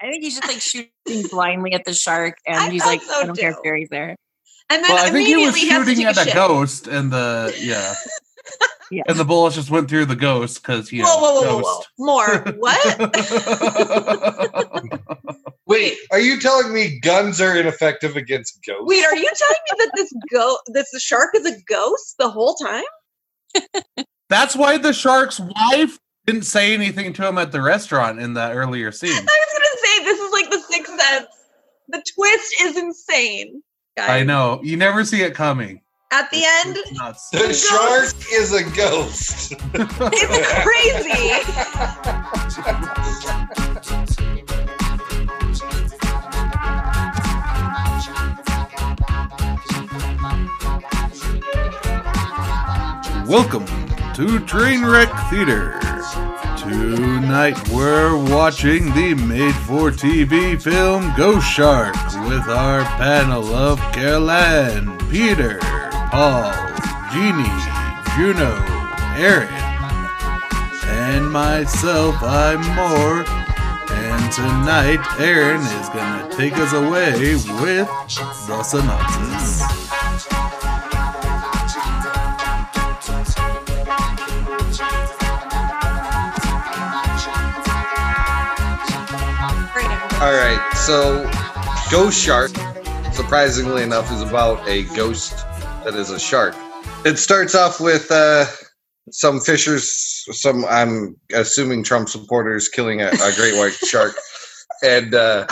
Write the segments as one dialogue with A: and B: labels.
A: I think he's just like shooting blindly at the shark, and
B: I
A: he's
B: thought
A: like,
B: so,
A: I don't care if
B: too.
A: Jerry's there.
B: And then
C: Well, I think he was
B: immediately has to
C: shooting
B: take a
C: at a
B: shit.
C: ghost, and the yeah,
A: Yeah.
C: and the bullets just went through the ghost because you
B: Whoa,
C: know,
B: whoa, whoa, whoa, whoa. More. What?
C: ghost.
D: Wait, are you telling me guns are ineffective against ghosts?
B: Wait, are you telling me that this go that the shark is a ghost the whole time?
C: That's why the shark's wife didn't say anything to him at the restaurant in that earlier
B: I
C: scene.
B: was gonna say this is like the sixth sense. The twist is insane. Guys.
C: I know you never see it coming.
B: At the
C: It's-
B: end,
C: it's nuts.
D: the shark is a ghost.
B: it's crazy.
C: Welcome to Trainwreck Theater. Tonight we're watching the made for TV film Ghost Shark with our panel of Caroline, Peter, Paul, Jeannie, Juno, Aaron, and myself, I'm Moore. And tonight, Aaron is going to take us away with the synopsis.
D: All right, so Ghost Shark, surprisingly enough, is about a ghost that is a shark. It starts off with uh, some fishers, some I'm assuming Trump supporters killing a, a great white shark, and uh,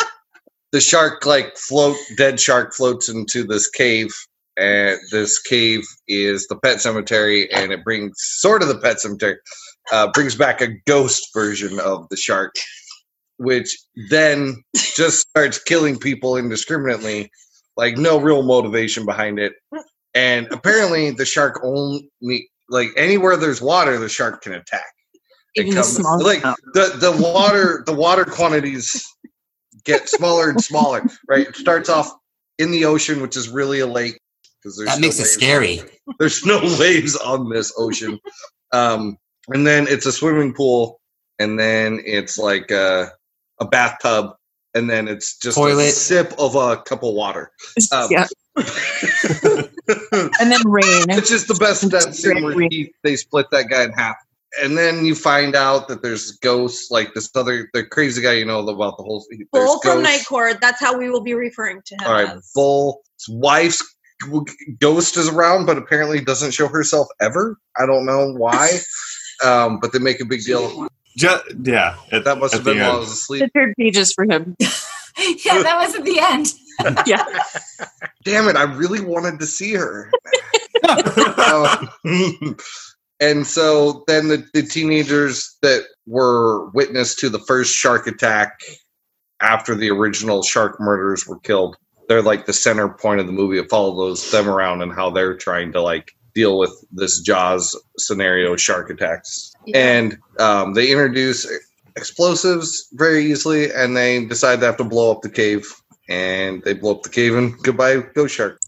D: the shark like float dead shark floats into this cave, and this cave is the pet cemetery, and it brings sort of the pet cemetery uh, brings back a ghost version of the shark, which then just starts killing people indiscriminately, like no real motivation behind it. And apparently, the shark only like anywhere there's water, the shark can attack. It
A: Even the
D: comes-
A: small
D: like
A: amount.
D: the the water the water quantities get smaller and smaller. Right, it starts off in the ocean, which is really a lake. 'cause there's
E: That
D: no
E: makes it
D: waves.
E: scary.
D: There's no waves on this ocean. Um, and then it's a swimming pool, and then it's like a, a bathtub, and then it's just a
E: Toilet.
D: sip of a cup of water. Um,
A: yeah, and then rain.
D: It's just the best of that scene where he, they split that guy in half. And then you find out that there's ghosts, like this other, the crazy guy you know about the whole. there's
B: Bull from
D: ghosts.
B: Night Court. That's how we will be referring to him.
D: All right,
B: as.
D: Bull's wife's ghost is around, but apparently doesn't show herself ever. I don't know why, um, but they make a big deal.
F: Just, yeah. at-
D: That must
F: at
D: have been
F: the
D: while I
F: end.
D: was asleep.
A: the third pages for him.
G: yeah, that was at the end.
A: Yeah,
D: Damn it! I really wanted to see her. Um, and so then the, the teenagers that were witness to the first shark attack after the original shark murders were killed they're like the center point of the movie it follows them around and how they're trying to like deal with this jaws scenario shark attacks
B: Yeah.
D: and um, they introduce explosives very easily and they decide they have to blow up the cave and they blow up the cave and goodbye ghost shark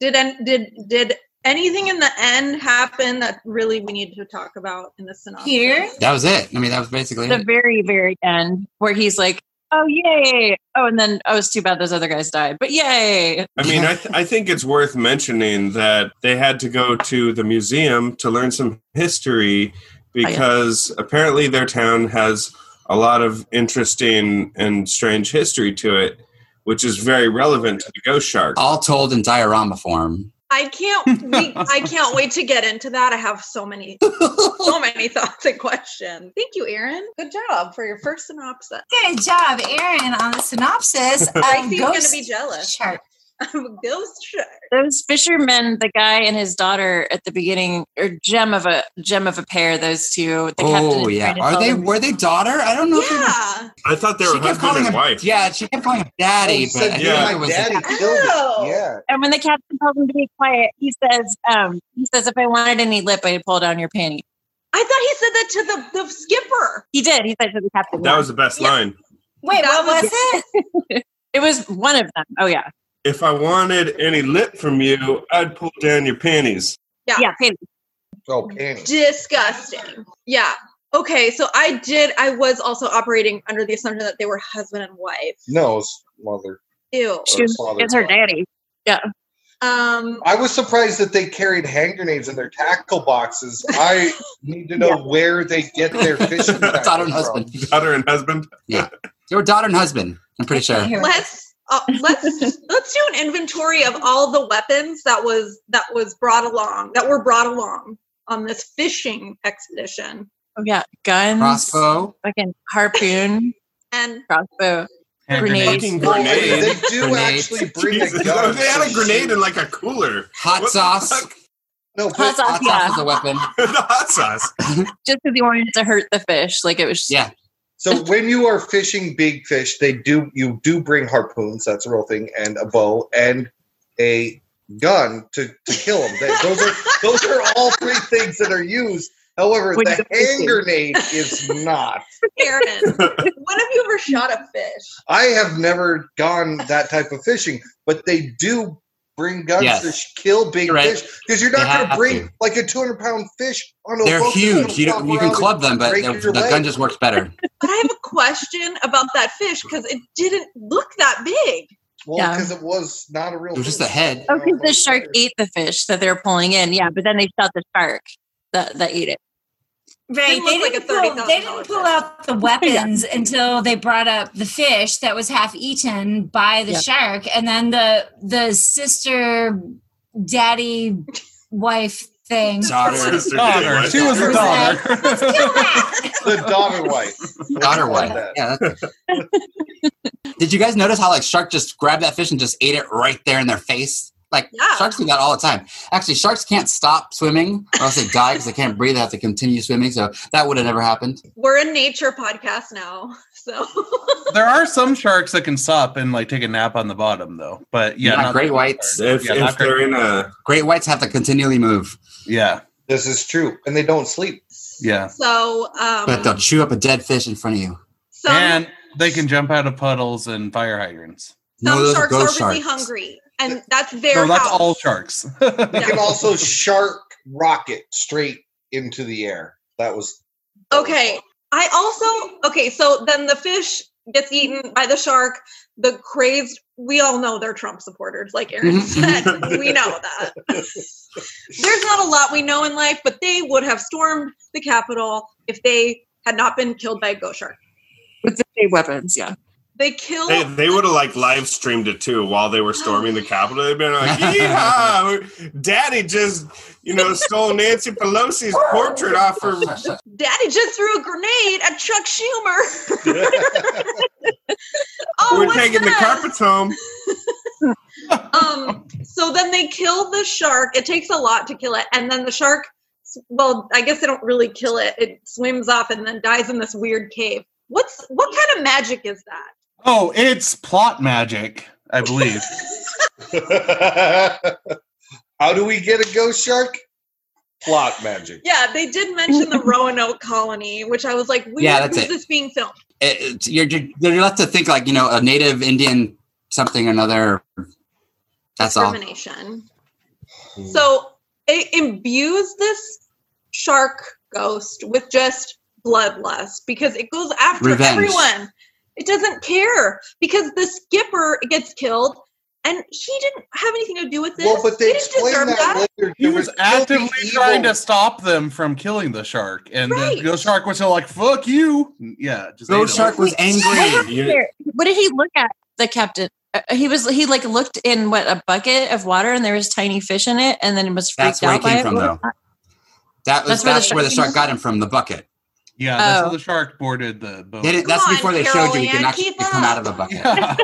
B: Did an- did did anything in the end happen that really we need to talk about in the synopsis?
G: Here,
E: That was it. I mean, that was basically
A: the
E: it.
A: very very end where he's like, oh yay, oh and then oh it's too bad those other guys died, but yay.
F: I mean, I, th- I think it's worth mentioning that they had to go to the museum to learn some history because apparently their town has a lot of interesting and strange history to it, which is very relevant to the ghost shark.
E: All told in diorama form.
B: I can't. We, I can't wait to get into that. I have so many, so many thoughts and questions. Thank you, Aaron. Good job for your first synopsis.
G: good job, Aaron, on the synopsis. Of
B: Lacey's gonna
G: Ghost
B: be jealous.
G: Shark.
B: I'm a ghost shark.
A: those fishermen, the guy and his daughter at the beginning, or gem of a gem of a pair, those two. The captain
E: Oh
A: is
E: yeah.
A: trying to
E: Are
A: tell
E: they
A: them-
E: were they daughter? I don't know if they were
B: Yeah.
F: I thought they were
E: kept
F: husband and
E: him,
F: wife.
E: Yeah, she kept calling him daddy,
D: Oh,
E: but I think
F: yeah.
E: it was
B: Oh.
A: And when the captain tells him to be quiet, he says, um, he says, if I wanted any lip, I'd pull down your panty.
B: I thought he said that to the, the skipper.
A: He did. He said to the captain.
F: That was the best
B: Yeah.
F: line.
G: Wait,
B: That
G: what
B: was-
G: was it?
A: it was one of them. Oh yeah.
F: If I wanted any lip from you, I'd pull down your panties.
B: Yeah.
A: Yeah, panty.
D: oh panties
B: Disgusting. Yeah. Okay, so I did. I was also operating under the assumption that they were husband and wife.
D: No, it's mother.
B: Ew.
A: She was-
D: Father.
A: it's her daddy.
B: Um,
D: I was surprised that they carried hand grenades in their tackle boxes. I need to know
A: Yeah.
D: where they get their fishing tackles
E: Daughter and
D: from.
E: husband.
F: Daughter and husband.
E: Your daughter and husband. I'm pretty sure.
G: Here.
B: let's uh, let's let's do an inventory of all the weapons that was that was brought along that were brought along on this fishing expedition
A: Oh yeah, guns,
E: Crossbow.
A: fucking harpoon,
B: and
A: crossbow.
C: Hand
A: Grenades.
F: Fucking
D: No,
F: grenade.
D: They do
E: Grenades.
D: actually bring a
F: Jesus.
D: gun.
F: They had a grenade in like a cooler.
E: Hot
F: What the
E: sauce.
F: fuck?
D: No,
A: Hot
D: but
A: sauce,
E: Hot
A: yeah.
E: sauce is a weapon.
F: the hot sauce.
A: Just because he wanted to hurt the fish, like it was.
E: Yeah.
D: so when you are fishing big fish, they do you do bring harpoons. That's a real thing, and a bow and a gun to, to kill them. They, those are those are all three things that are used. However,
A: When
D: the
A: you're
D: hand
A: fishing.
D: grenade is not.
B: Aaron. when have you ever shot a fish?
D: I have never gone that type of fishing, but they do bring guns
E: Yes.
D: to sh- kill big
E: You're right.
D: fish because you're not
E: They
D: going to
E: have
D: bring
E: to.
D: like a 200 pound fish on a
E: They're
D: boat that's
E: huge.
D: gonna
E: You,
D: flop
E: don't, you
D: around
E: can club
D: and
E: them, but
D: break
E: the,
D: your
E: the
D: leg.
E: gun just works better.
B: But I have a question about that fish because it didn't look that big.
D: Well,
A: Yeah.
D: because it was not a real.
E: It was just
D: fish.
E: the head.
A: Oh, because the shark ate the fish that they were pulling in. Yeah, but then they shot the shark that, that ate it.
G: Right.
B: Didn't
G: They
B: look
G: didn't,
B: like a
G: pull, they
B: $30,000
G: didn't pull out the weapons until they brought up the fish that was half eaten by the
A: Yeah.
G: shark. And then the the sister daddy wife thing.
E: Daughter,
F: Sister
C: Daughter.
F: Daylight.
C: She was a
G: Was
C: daughter.
G: Kill that!
D: the daughter wife.
E: daughter, wife. Yeah. That's... Did you guys notice how like shark just grabbed that fish and just ate it right there in their face? Like
B: Yeah.
E: sharks do that all the time. Actually, sharks can't stop swimming or else they die because they can't breathe. They have to continue swimming. So that would have never happened.
B: We're a nature podcast now, so
C: there are some sharks that can stop and like take a nap on the bottom, though. But yeah,
E: Not
C: not-
E: great whites.
F: If,
C: Yeah,
F: if they're in a
E: Great whites have to continually move,
C: Yeah,
D: This is true, and they don't sleep.
C: yeah, uh,
B: so
E: but they'll
B: um,
E: chew up a dead fish in front of you.
B: some,
C: and they can jump out of puddles and fire hydrants.
E: No,
B: some
E: those
B: sharks
E: are
B: are
E: ghost
B: really
E: sharks.
B: hungry, and that's their
C: No, that's
B: house.
C: all sharks.
D: They can also shark rocket straight into the air. That was
B: Okay. I also okay, so then the fish gets eaten by the shark. The crazed we all know they're Trump supporters, like Aaron said.
F: Mm-hmm.
B: we know that. There's not a lot we know in life, but they would have stormed the Capitol if they had not been killed by a ghost shark.
A: With the same weapons, yeah.
B: They kill
F: They, they would have like live streamed it too while they were storming the Capitol. They'd been like, "Yeehaw! Daddy just, you know, stole Nancy Pelosi's portrait off her."
B: Daddy just threw a grenade at Chuck Schumer. oh,
F: we're
B: what's
F: taking the
B: that?
F: carpets home.
B: um so then they kill the shark it takes a lot to kill it and then the shark well i guess they don't really kill it it swims off and then dies in this weird cave what's what kind of magic is that
C: oh, it's plot magic, I believe.
D: How do we get a ghost shark? Plot magic.
B: yeah they did mention the roanoke colony which i was like where is
E: Yeah, that's it.
B: this being filmed
E: It, it- you're, you're you're left to think like you know a native Indian something or another. That's all.
B: discrimination so it imbues this shark ghost with just bloodlust because it goes after
E: Revenge.
B: everyone. It doesn't care because the skipper gets killed and he didn't have anything to do with this.
D: Well, but
B: He
D: they
B: didn't
D: explained
B: deserve
D: that, later.
C: He
D: There
C: was
D: still the
C: actively
D: evil-
C: trying to stop them from killing the shark, and
B: Right.
C: the ghost shark was still like, "Fuck you!" Yeah, just
E: Ghost
C: ate him.
E: shark was angry.
F: You-
A: What did he look at? The captain. Uh, he was he like looked in what a bucket of water and there was tiny fish in it and then he was freaked
E: That's where he
A: out by
E: came
A: it.
E: from, though. That was that's, where the shark got him from the bucket.
C: Yeah, that's
A: Oh.
C: how the shark boarded the
D: Oh.
C: boat.
E: They didn't, that's
B: Come on,
E: before they
B: Carol
E: showed you he
B: Ann,
E: can actually
B: keep
E: come out of the
B: up.
E: bucket.
C: Yeah.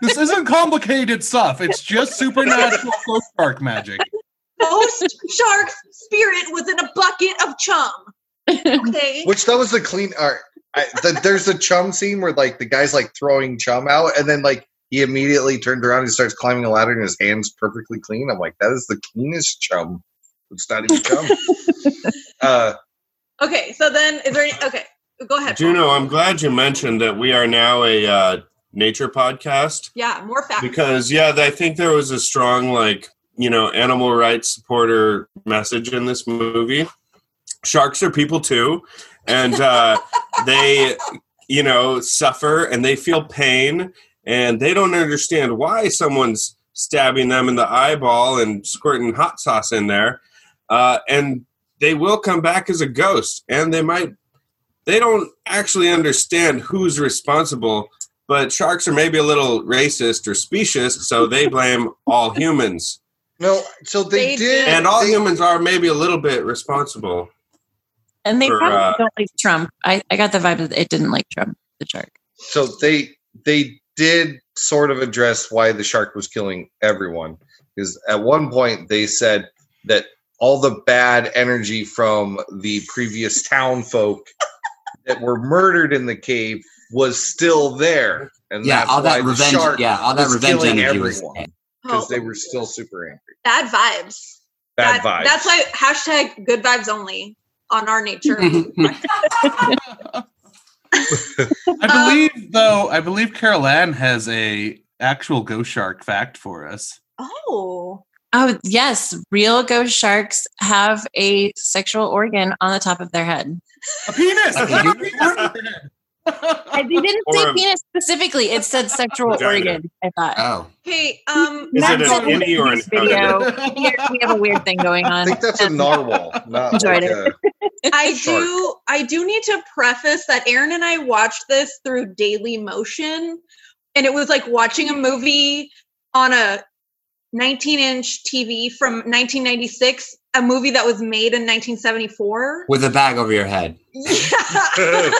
C: this isn't complicated stuff. It's just supernatural ghost shark magic.
B: Ghost shark's spirit was in a bucket of chum. Okay.
D: Which that was the clean art. I, the, there's a chum scene where like the guy's like throwing chum out, and then like he immediately turned around and starts climbing a ladder, and his hands perfectly clean. I'm like, that is the cleanest chum. It's not even chum. uh,
B: Okay, so then is there any okay, go ahead. Paul.
F: Juno, I'm glad you mentioned that we are now a uh, nature podcast
B: Yeah, more facts.
F: because yeah, I think there was a strong like you know animal rights supporter message in this movie. Sharks are people too, and uh, they, you know, suffer and they feel pain and they don't understand why someone's stabbing them in the eyeball and squirting hot sauce in there. Uh, and they will come back as a ghost and they might, they don't actually understand who's responsible. But sharks are maybe a little racist or specious, so they blame all humans.
D: No, so they,
B: They
D: did.
B: did.
F: And all
D: they-
F: humans are maybe a little bit responsible.
A: And they
F: Or,
A: probably
F: uh,
A: don't like Trump. I, I got the vibe that it didn't like Trump, the shark.
D: So they they did sort of address why the shark was killing everyone because at one point they said that all the bad energy from the previous town folk that were murdered in the cave was still there, and
E: yeah,
D: that's
E: all that
D: why the
E: revenge.
D: shark
E: Yeah, all that
D: was
E: revenge
D: killing
E: energy was.
D: everyone.
B: Oh,
D: because they were still super angry.
B: bad vibes. That-
D: Bad vibes.
B: That's why hashtag good vibes only on our nature.
A: Um,
C: I believe, though, I believe Carol Ann has a actual ghost shark fact for us.
B: oh,
A: Oh, yes. Real ghost sharks have a sexual organ on the top of their head.
C: A penis.
E: Like a
A: I, they didn't
F: Or
A: say
F: a-
A: penis specifically. It said sexual
F: Vagina. Uh,
A: organ, I thought.
E: Oh,
B: hey, um,
F: Is
A: Matt
F: it
A: said
F: an
A: in
F: innie or an
A: this video, here, we have a weird thing going
D: I
A: on.
D: think that's a narwhal, not
A: Enjoyed
D: like a,
B: I
D: Shark.
B: do I do need to preface that Aaron and I watched this through Daily Motion and it was like watching a movie on a 19-inch TV from 1996, a movie that was made in 1974.
E: with a bag over your head.
B: Yeah.
E: Because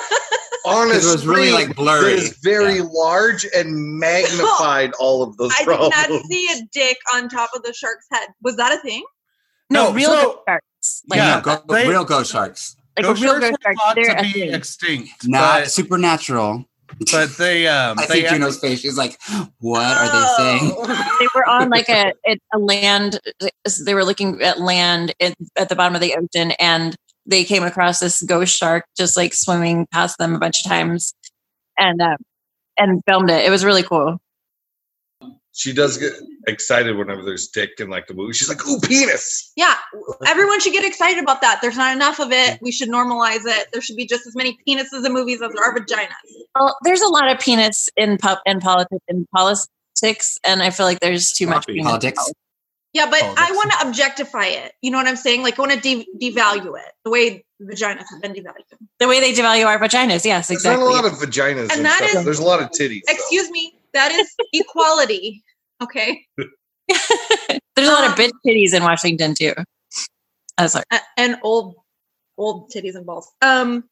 D: honest.
E: it was really like
D: It
E: blurry.
D: is very
E: Yeah.
D: large and magnified all of those
B: I did
D: problems.
B: not see a dick on top of the shark's head. Was that a thing?
A: No,
C: No,
A: real
C: so-
A: ghost sharks. Like,
C: Yeah,
E: no, go,
C: they-
E: real ghost sharks,
A: like
C: ghost
A: a real
C: sharks
A: ghost
C: are
A: shark.
C: thought
A: They're a
C: to be
A: thing.
C: extinct,
E: not
C: but,
E: supernatural.
C: but they um
E: I
C: they
E: see Juno's face. She's like, "What are they saying?"
B: Oh.
A: They were on like a, a, a land. They were looking at land at, at the bottom of the ocean, and they came across this ghost shark just like swimming past them a bunch of times, and uh, and filmed it. It was really cool.
D: She does get excited whenever there's dick in like a movie. She's like, "Ooh, penis!"
B: Yeah, everyone should get excited about that. There's not enough of it.
C: Mm-hmm.
B: We should normalize it. There should be just as many penises in movies as there
C: Mm-hmm.
B: are vaginas.
A: Well, there's a lot of penis in pop in politics in politics, and I feel like there's too much
F: Copy.
A: penis.
E: Politics.
B: Yeah, but
C: Oh,
B: I
C: that's-
B: want to objectify it. You know what I'm saying? Like, I want to de- devalue it the way vaginas have been devalued.
A: The way they devalue our vaginas. Yes,
D: There's
A: exactly.
D: not a lot of vaginas
B: And
D: and,
B: that
D: stuff.
B: is-
D: there's a lot of titties. though.
B: Excuse me, that is equality. Okay.
A: there's a lot of
B: um,
A: bitch titties in Washington too. Oh, sorry.
B: A- and old, old titties and balls. Um,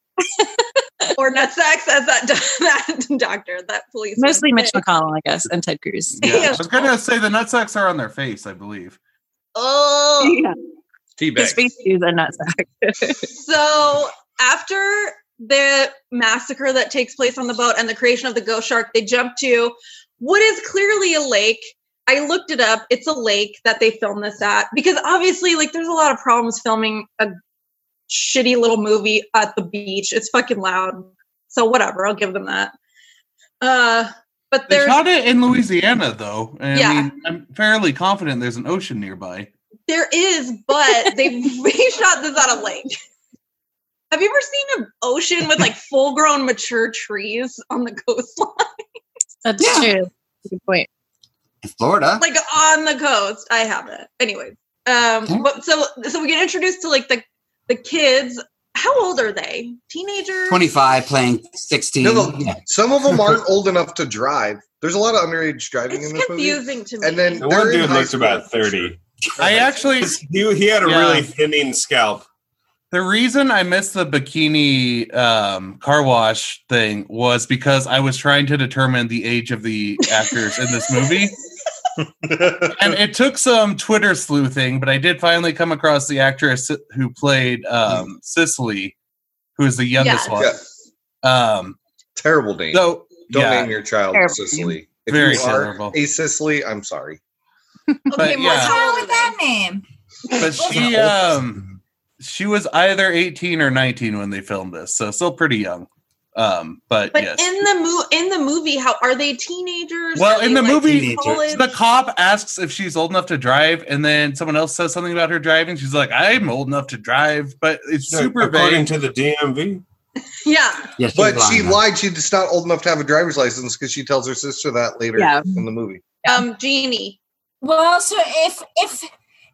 B: or nut sacks, as that, do- that doctor, that police.
A: Mostly
B: man
A: Mitch McConnell, I guess, and Ted Cruz.
C: Yeah.
B: Yeah.
C: I was gonna say the nutsacks are on their face, I believe.
B: Oh,
D: Teabag.
A: His face is a nutsack.
B: so after the massacre that takes place on the boat and the creation of the ghost shark, they jump to what is clearly a lake. I looked it up. It's a lake that they filmed this at because obviously, like, there's a lot of problems filming a shitty little movie at the beach. It's fucking loud. So whatever, I'll give them that. Uh, but
C: They
B: there's
C: shot it in Louisiana, though. and I
B: Yeah.
C: mean, I'm fairly confident there's an ocean nearby.
B: there is, but they they shot this out of lake. Have you ever seen an ocean with like full grown mature trees on the coastline?
A: That's
E: Yeah.
A: true. Good point.
E: In Florida,
B: like on the coast. I haven't. Anyways, um, but so so we get introduced to like the the kids. How old are they? Teenagers.
E: 25 playing 16.
D: No, no.
E: Yeah.
D: Some of them aren't old enough to drive. There's a lot of underage driving in
B: It's
D: this movie.
B: confusing to me.
D: And then
F: The
D: They're
F: one
D: in
F: dude
D: high
F: looks about
D: school.
F: 30.
C: I actually,
F: He, he had a
C: Yeah.
F: really thinning scalp.
C: the reason I missed the bikini um, car wash thing was because I was trying to determine the age of the actors in this movie, and it took some Twitter sleuthing, but I did finally come across the actress who played um, Cicely, who is the youngest
B: Yes.
C: one.
D: yeah,
C: Um,
D: terrible name.
C: so
D: Don't
C: yeah.
D: name your child
A: Terrible
D: Cicely. If
C: Very
D: you are
C: terrible.
D: a Cicely, I'm sorry.
B: okay,
C: but
B: Mark,
C: yeah.
G: What's
B: how
G: wrong
B: old
G: with
B: are they?
G: that name?
C: but she um she was either 18 or 19 when they filmed this so still pretty young um but,
B: But
C: yes
B: in the mo- in the movie, how are they teenagers?
C: Well,
B: Are
C: in
B: they,
C: the movie,
B: college?
C: the cop asks if she's old enough to drive and then someone else says something about her driving she's like i'm old enough to drive but it's super
F: According
C: vague
F: to the DMV.
B: Yeah.
E: Yeah, she's
D: But she
E: blind now.
D: lied. She's not old enough to have a driver's license because she tells her sister that later
A: Yeah.
D: in the movie.
B: Um, Jeannie.
G: Well, so if if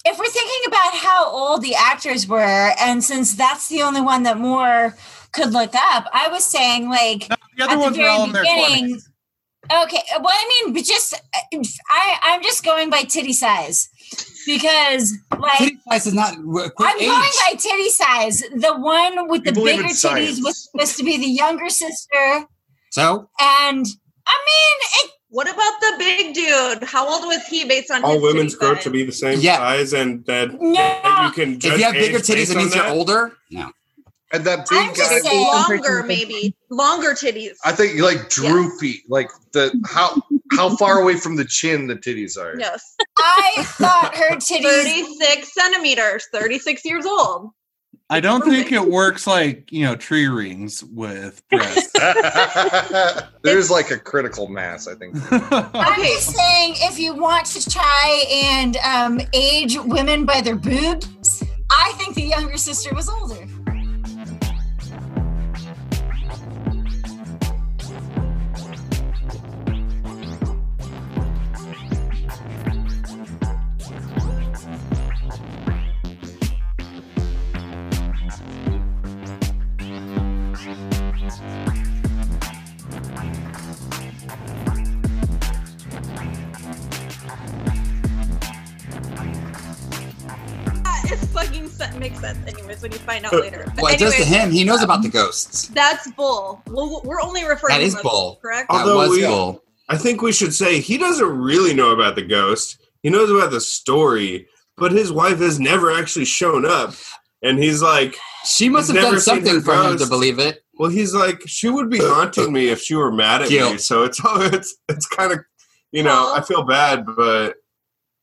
G: if we're thinking about how old the actors were, and since that's the only one that Moore could look up, I was saying like
C: The
G: at
C: other ones
G: the
C: are all
G: very
C: in their 20s.
G: beginning. Okay, well, I mean, but just I I'm just going by titty size because like
E: Titty size is not w- quick
G: I'm
E: age.
G: going by titty size. The one with
D: You
G: the
D: believe
G: bigger
D: in
G: titties
D: science.
G: was supposed to be the younger sister,
E: so
G: and I mean, it,
B: What about the big dude? How old was he based on
F: All
B: his
F: women's
B: titty
F: grow
B: size?
F: to be the same
E: Yeah.
F: size, and that,
G: No.
F: that you can judge
E: if you have bigger
F: age
E: titties,
F: based
E: it
F: on
E: means you're
F: that.
E: older. No,
D: And that
G: I'm
D: big
G: just
D: guy,
G: saying-
B: longer, maybe longer titties.
D: I think like droopy, like the how how far away from the chin the titties are.
B: Yes,
G: I thought her titties.
B: thirty-six centimeters, thirty-six years old.
C: I don't think it works like, you know, tree rings with breasts.
D: There's like a critical mass, I think.
G: I'm
B: Okay.
G: just saying, if you want to try and um, age women by their boobs, I think the younger sister was older.
B: Yeah, It's fucking se- makes sense, anyways, when you find out later. But
E: well, it does to
B: anyways, um,
E: him. He knows about the ghosts.
B: That's bull. Well, we're only referring.
E: That
B: to
E: is
B: him as
E: bull.
B: correct?
F: Although
E: that was
F: we-
E: cool.
F: I think we should say he doesn't really know about the ghost. He knows about the story, but his wife has never actually shown up. And he's like,
E: She must have
F: Never
E: done
F: seen
E: something
F: her
E: for him to
F: ghost.
E: believe it.
F: well, he's like, she would be haunting me if she were mad at me.
E: Guilt.
F: So it's all it's it's kind of you know I feel bad, but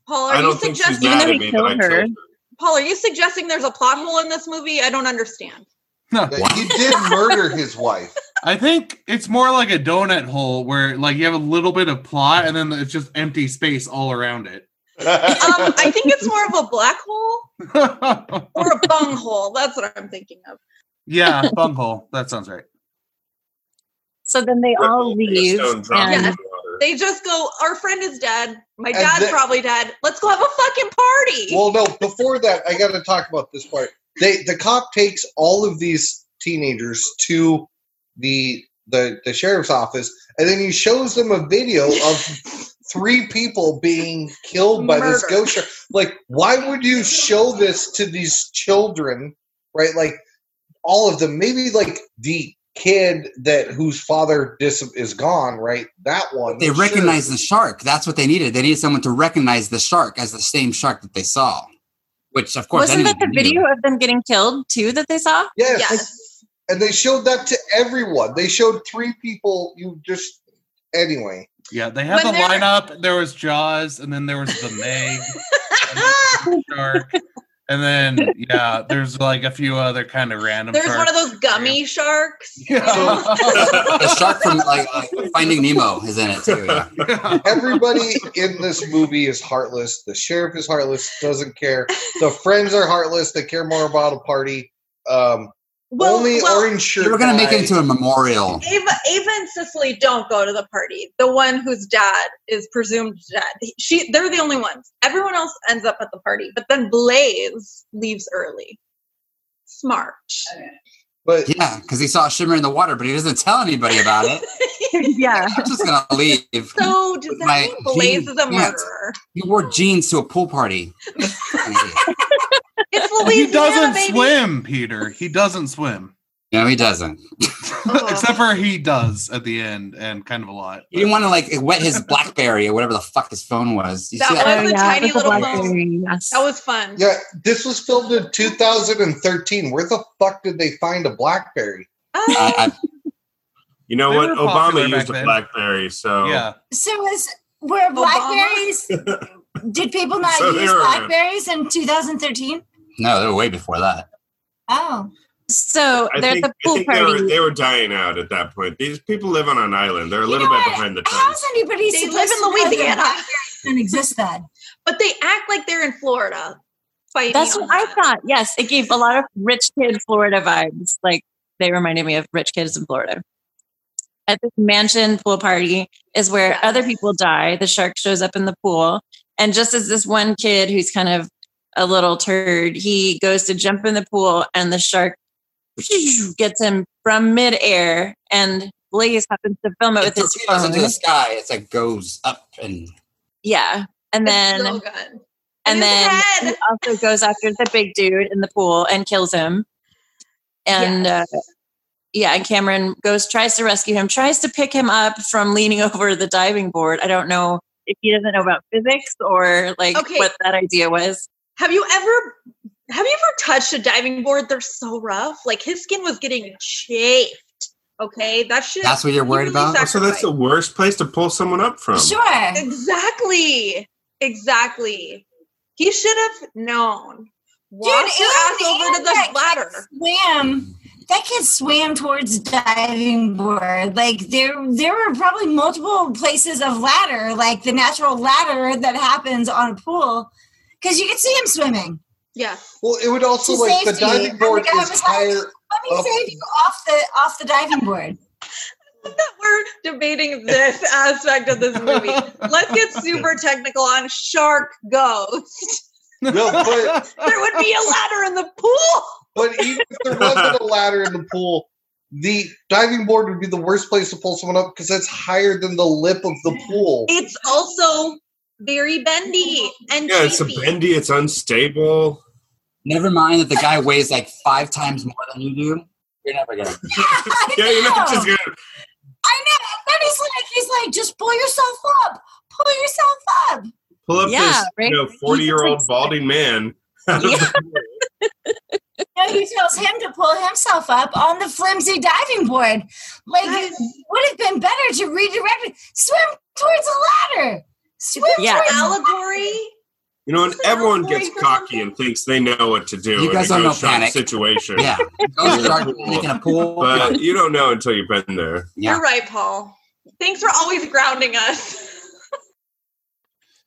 B: Paul,
F: I
B: are you
F: don't think she's
B: suggesting?
A: Even though
F: mad
A: he
F: at me.
A: killed
F: That I killed
A: her.
F: her.
B: Paul, are you suggesting there's a plot hole in this movie? I don't understand.
D: He did murder his wife.
C: I think it's more like a donut hole where like you have a little bit of plot and then it's just empty space all around it.
B: Um, I think it's more of a black hole or a bung hole. That's what I'm thinking of.
C: yeah, bunghole. That sounds right.
A: So then they all leave.
F: Stone dropped
A: And
F: in the
B: Yes.
F: water.
B: They just go, our friend is dead. My
D: And
B: dad's
D: the-
B: probably dead. Let's go have a fucking party.
D: well, no, before that, I got to talk about this part. They the cop takes all of these teenagers to the the the sheriff's office, and then he shows them a video of three people being killed by this
B: Murder.
D: ghost shark. Like, why would you show this to these children? Right, like all of them. Maybe like the kid that whose father dis- is gone. Right, that one.
E: They
D: sure.
E: recognize the shark. That's what they needed. They needed someone to recognize the shark as the same shark that they saw. Which, of course,
A: wasn't that the
E: anyone knew.
A: video of them getting killed too that they saw?
D: Yes.
B: Yes.
D: And they showed that to everyone. They showed three people. You just anyway.
C: Yeah, they had
B: When
C: the
B: they're-
C: lineup. There was Jaws, and then there was the Meg, and shark, and then yeah, there's like a few other kind of random.
B: There's
C: sharks.
B: one of those gummy sharks.
E: The shark from like, like Finding Nemo is in it too. yeah.
C: Yeah.
D: Everybody in this movie is heartless. The sheriff is heartless. Doesn't care. The friends are heartless. They care more about a party. Um,
B: Well,
D: only
B: well,
D: orange shirt.
E: They were gonna make
D: guy-
E: it into a memorial.
B: Ava, Ava and Cicely don't go to the party. The one whose dad is presumed dead. She, they're the only ones. Everyone else ends up at the party, but then Blaze leaves early. Smart.
D: But
E: Yeah, because he saw it shimmer in the water, but he doesn't tell anybody about it.
A: yeah.
E: I'm just gonna leave.
B: So does that
E: My
B: mean Blaze is a
E: genius.
B: murderer?
E: He wore jeans to a pool party.
B: It's
C: he
B: Louisiana,
C: doesn't
B: baby.
C: swim, Peter. He doesn't swim,
E: no, he doesn't.
B: Oh.
C: except for he does at the end, and kind of a lot.
E: He didn't want to like wet his BlackBerry or whatever the fuck his phone was. You
B: That
E: see
B: was-
E: that?
B: a tiny
A: Oh, with the
B: little
A: blackberry, Yes.
B: That was fun.
D: yeah, this was filmed in 2013. Where the fuck did they find a BlackBerry?
B: Oh,
E: I, I,
F: You know
C: They
F: what?
C: were popular
F: Obama
C: back
F: used a
C: then.
F: BlackBerry, so
C: Yeah,
G: So was were
B: Obama?
G: blackberries? Did people not
F: So
G: use
F: they were-
G: blackberries in 2013?
E: no, they were way before that.
G: Oh,
A: so
F: I
A: they're
F: think,
A: at the
F: I
A: pool
F: think they, were,
A: party.
F: they were dying out at that point. These people live on an island. They're a
G: You
F: little
G: know
F: bit
G: what?
F: behind the times.
G: how's anybody
B: They
G: supposed
B: live in
G: to know that
B: Louisiana.
G: blackberries Didn't exist then.
B: but they act like they're in Florida. Fight me
A: That's
B: on
A: what I
B: that.
A: thought. Yes, it gave a lot of rich kid Florida vibes. Like they reminded me of rich kids in Florida. At this mansion pool party is where other people die. The shark shows up in the pool. And just as this one kid who's kind of a little turd, he goes to jump in the pool and the shark gets him from midair and Blaze happens to film it with
E: It
A: his
E: torpedoes into
A: phone.
E: the sky. It's like goes up and
A: Yeah. And then
B: it's so good.
A: and
B: His
A: then
B: head!
A: he also goes after the big dude in the pool and kills him. And uh, yeah, and Cameron goes tries to rescue him, tries to pick him up from leaning over the diving board. I don't know if he doesn't know about physics or like
B: Okay.
A: what that idea was.
B: Have you ever have you ever touched a diving board? They're so rough. Like his skin was getting chafed. Okay, that shit.
E: that's what you're worried
B: really
E: about.
B: sucks.
F: So that's the worst place to pull someone up from.
G: Sure.
B: exactly, exactly. He should have known. Walk
G: Dude,
B: your ass
G: and-
B: over to
G: and
B: the
G: that
B: ladder.
G: Swam. That kid swam towards diving board. Like there, there were probably multiple places of ladder, like the natural ladder that happens on a pool, because you could see him swimming.
B: Yeah,
D: Well, it would also
G: To
D: like the
G: safety.
D: diving board
G: Oh my God,
D: is
G: was that-
D: higher.
G: Let
F: Oh.
G: me
D: Up.
G: save you off the off the diving board.
B: that we're debating this aspect of this movie. Let's get super technical on Shark Ghost.
D: No, but
B: There would be a ladder in the pool.
D: but even if there wasn't a ladder in the pool, the diving board would be the worst place to pull someone up because that's higher than the lip of the pool.
B: It's also very bendy and
F: Yeah, it's a
B: shapy.
F: bendy. It's unstable.
E: Never mind that the guy weighs like five times more than you do. You're never gonna.
G: I
F: Yeah, you're not
G: know.
F: just gonna.
G: I know. And then he's like, he's like, just pull yourself up, pull yourself up.
F: pull up
A: Yeah,
F: this
A: right?
F: you know,
A: He's
F: 40 year old
A: like-
F: balding man.
A: Yeah.
G: No, he tells him to pull himself up on the flimsy diving board. Like it would have been better to redirect it. Swim towards the ladder. Swim
A: Yeah.
G: towards
B: allegory.
F: You know, and
B: Sounds
F: everyone
B: like
F: gets
B: or
F: cocky
B: something.
F: and thinks they know what to do
E: You
F: in
E: guys
F: a
E: don't know
F: ghost shark
E: panic.
F: situation.
E: Yeah, go start making a pool.
F: But you don't know until you've been there.
E: yeah,
B: You're right, Paul. Thanks for always grounding us.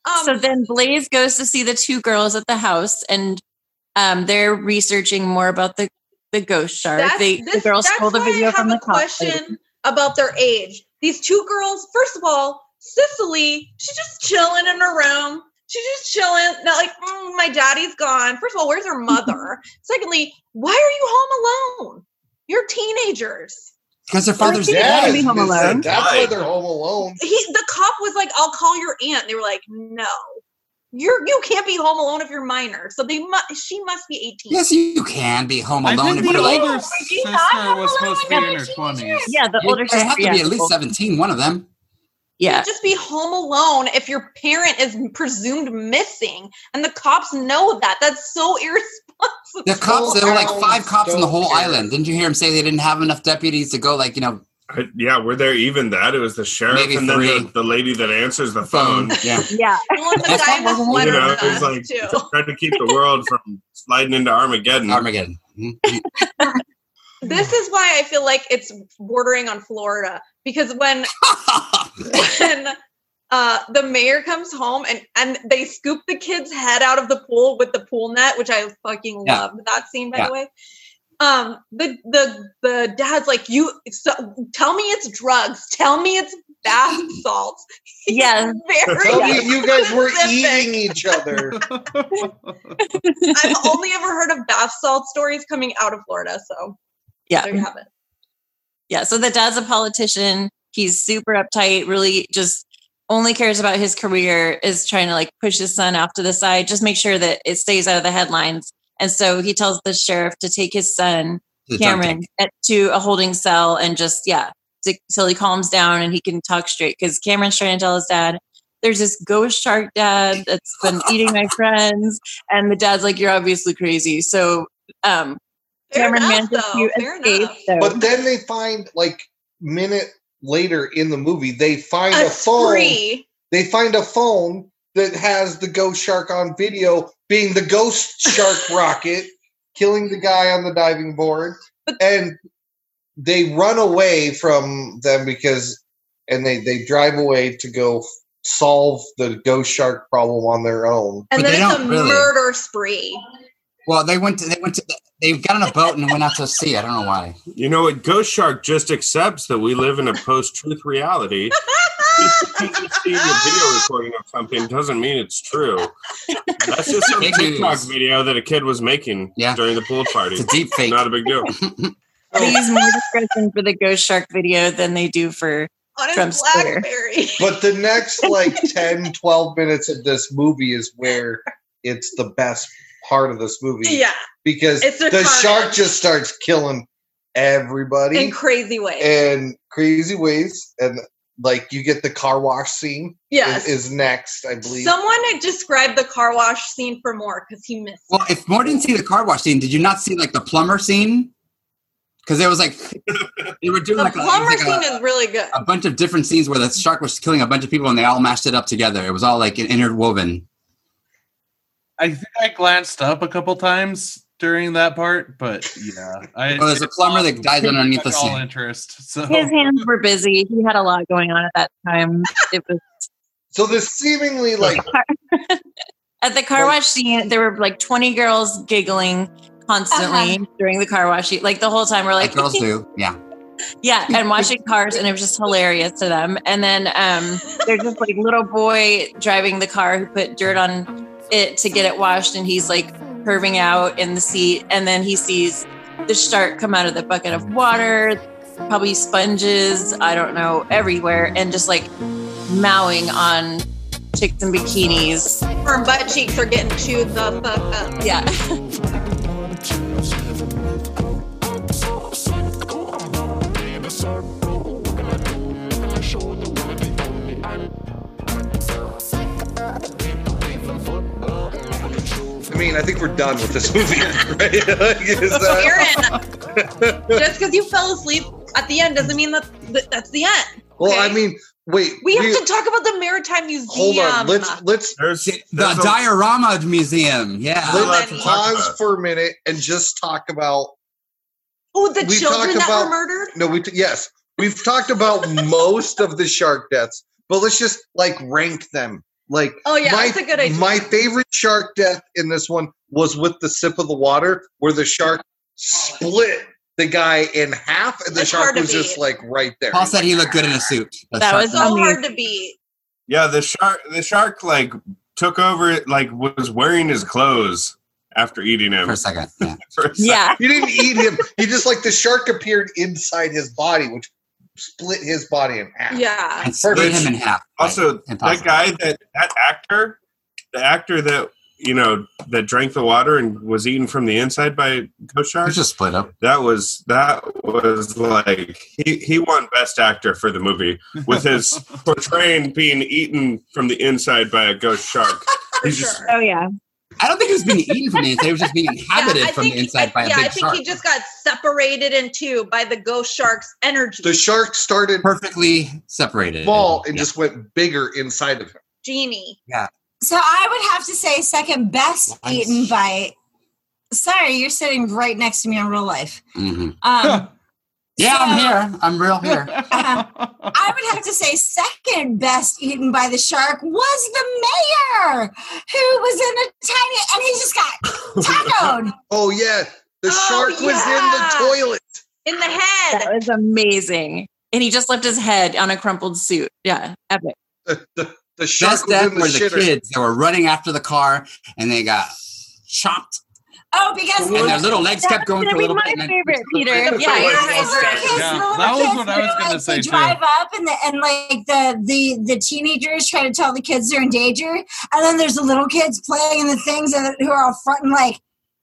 B: um,
A: so then Blaze goes to see the two girls at the house, and um, they're researching more about the the ghost shark.
B: that's,
A: They, the
B: this-
A: girls
B: that's
A: stole the
B: why I
A: video
B: have
A: from the
B: a
A: cop
B: question
A: lady.
B: about their age. These two girls, first of all, Cicely, she's just chilling in her room. She's just chilling, not like "Mm, my daddy's gone. First of all, where's her mother? Secondly, why are you home alone? You're teenagers.
E: because their father's
A: You're
E: dead.
A: gotta be home
D: it's-
A: alone.
D: That's why
F: Right.
D: they're home alone.
B: he the cop was like, "I'll call your aunt." They were like, "No, you're you can't be home alone if you're minor." So they must. She must be eighteen.
E: Yes, you can be home
C: I
E: alone
C: think
E: if
C: the
E: you're like.
C: older
G: Were you not
C: sister was
G: alone
C: supposed to be in
G: when
C: her
G: you were
C: twenties.
A: Yeah, the older
E: They have to
A: sister,
E: be
A: yeah.
E: at least 17, one of them.
A: yeah.
B: Just be home alone if your parent is presumed missing, and the cops know that. That's so irresponsible.
E: The cops, there were like
D: Don't-
E: five cops on the
D: don't
E: whole
D: care.
E: island. Didn't you hear him say they didn't have enough deputies to go, like, you know,
F: I- yeah, we're there even that. It was the sheriff
E: Maybe
F: and then
E: three.
F: the, the lady that answers the phone.
E: phone? Yeah.
A: Yeah.
B: Well, and the
E: That's
B: guy
E: not
B: was
E: home
B: one
E: alone.
F: You
B: of
F: know, it
B: them
F: was like
B: too.
F: trying to keep the world from sliding into Armageddon.
E: Armageddon. Mhm.
B: This is why I feel like it's bordering on Florida because when when uh, the mayor comes home and and they scoop the kid's head out of the pool with the pool net, which I fucking
E: Yeah.
B: loved that scene by
E: Yeah.
B: the way. Um, the the the dad's like, you so, tell me it's drugs, tell me it's bath salts. He's
A: Yeah.
B: very.
D: Tell me you guys were
B: specific.
D: eating each other.
B: I've only ever heard of bath salt stories coming out of Florida, so
A: Yeah.
B: there you have it.
A: Yeah. So the dad's a politician. He's super uptight, really just only cares about his career, is trying to like push his son off to the side, just make sure that it stays out of the headlines. And so he tells the sheriff to take his son,
E: The drunk
A: Cameron, at, to a holding cell and just, yeah, to, till he calms down and he can talk straight. Cause Cameron's trying to tell his dad, there's this ghost shark dad that's been eating my friends. And the dad's like, you're obviously crazy. So, um,
B: Fair
A: Cameron
B: enough,
A: manages
B: though.
A: to
B: Fair
A: escape.
B: enough.
A: though.
D: But then they find like minute later in the movie, they find a,
B: A
D: phone.
B: spree.
D: They find a phone that has the ghost shark on video being the ghost shark rocket killing the guy on the diving board.
B: But-
D: and they run away from them because and they, they drive away to go solve the ghost shark problem on their own.
B: And
E: But they
B: then it's a
E: don't really.
B: murder spree.
E: Well, they went to they went to the, They got on a boat and went out to sea. I don't know why.
F: You know what? Ghost Shark just accepts that we live in a post-truth reality. Just because you see a video recording of something doesn't mean it's true. That's just some
E: Fake news.
F: TikTok video that a kid was making
E: Yeah.
F: during the pool party.
E: It's a deep fake.
F: Not a big deal.
A: They use more discretion for the Ghost Shark video than they do for.
B: on his
A: Trump's Twitter.
B: blackberry.
D: But the next like 10, 12 minutes of this movie is where it's the best part of this movie
B: yeah,
D: because
B: It's
D: the
B: their
D: shark
B: carnage.
D: just starts killing everybody
B: in crazy ways.
D: in crazy ways and like you get the car wash scene
B: yes.
D: is, is next i believe
B: Someone had described the car wash scene for more because he missed.
E: Well, if Moore didn't see the car wash scene, did you not see like the plumber scene? Because there was like they were doing
B: the
D: oh
E: like, a, it was,
B: plumber
E: like,
B: scene
E: a,
B: is really good.
E: a bunch of different scenes where the shark was killing a bunch of people and they all mashed it up together. It was all like interwoven.
C: I think I glanced up a couple times during that part, but yeah, I,
E: Oh, there's a plumber that dies underneath the
C: took all
E: sink.
C: interest. So
A: His hands were busy. He had a lot going on at that time. It was
D: so this seemingly like
A: at the car wash scene. There were like twenty girls giggling constantly during the car wash. scene. Like the whole time, we're
E: Like
A: like,
E: girls do. Yeah.
A: Yeah, and watching cars, and it was just hilarious to them. And then um, they're just like little boy driving the car who put dirt on it to get it washed, and he's like curving out in the seat, and then he sees the shark come out of the bucket of water, probably sponges, I don't know, everywhere, and just like mowing on chicks in bikinis.
B: Her butt cheeks are getting chewed the fuck up.
A: Yeah.
D: i mean i think we're done with this movie right? Like, is that-
B: Aaron, just because you fell asleep at the end doesn't mean that that- that's the end.
D: well i
B: okay.
D: mean wait
B: We have to talk about the Maritime Museum.
D: hold on let's let's
F: There's,
E: The
F: there's a-
E: diorama museum. Yeah.
B: Look-
D: let's
B: many.
D: pause for a minute and just talk about
B: Oh, the
D: we
B: children
D: talk
B: that
D: about-
B: were murdered.
D: no we t- yes we've talked about most of the shark deaths but let's just like rank them like
B: Oh yeah,
D: my,
B: that's a good idea.
D: my favorite shark death in this one was with the sip of the water, where the shark split the guy in half, and the
B: It's
D: shark
B: hard to
D: was just
B: beat.
D: like right there.
E: Paul said he looked good in a suit. The
A: That
E: shark-
A: was-
B: so hard to beat.
F: yeah, the shark. The shark like took over. Like was wearing his clothes after eating him.
E: for a second. Yeah.
F: For a second.
A: Yeah.
D: He didn't eat him. He just like the shark appeared inside his body, which split his body in half.
B: Yeah.
E: And split
F: Which-
E: him in half. Right.
F: Also, that
E: Impossible.
F: guy that that actor, the actor that you know that drank the water and was eaten from the inside by Ghost
E: It
F: Shark.
E: was just split up.
F: that was that was like he he won best actor for the movie with his portraying being eaten from the inside by a ghost shark.
B: For
F: He's just-
B: sure.
A: Oh yeah.
E: I don't think he was being eaten from the inside. He was just being inhabited
B: I
E: from
B: think-
E: the inside
B: I-
E: by a
B: yeah,
E: big
B: I think
E: shark.
B: he just got separated in two by the ghost shark's energy.
D: The shark started
E: perfectly separated.
D: small and
E: Yeah.
D: just went bigger inside of him.
B: genie.
G: So I would have to say second best
E: Nice.
G: eaten by. Sorry, you're sitting right next to me in real life.
E: Mhm.
G: Um,
E: Yeah, I'm
G: so-
E: here. I'm real here.
G: I would have to say second best eaten by the shark was the mayor, who was in a tiny, and he just got tacoed.
D: Oh yeah, the
B: Oh,
D: shark
B: yeah.
D: was in the toilet.
B: In the
A: That
B: head.
A: was amazing. And he just left his head on a crumpled suit. Yeah. Epic.
D: The, the, the shark
E: Best
D: was
E: death
D: in the
E: were the
D: shitter.
E: kids that were running after the car and they got chopped
G: Oh, because
E: and their little legs
A: That
E: kept going
A: was
E: for a
A: gonna
E: little
A: be
E: bit.
A: my
E: and then-
A: favorite, Peter. Yeah,
G: Yeah,
A: you're
G: yeah,
A: right.
G: little kids,
C: Yeah,
G: little
C: that was what I
G: kids,
C: was
G: they're
C: gonna
G: like,
C: say,
G: They
C: too.
G: drive up and the and like the the the teenagers try to tell the kids they're in danger, and then there's the little kids playing in the things and who are all fronting like,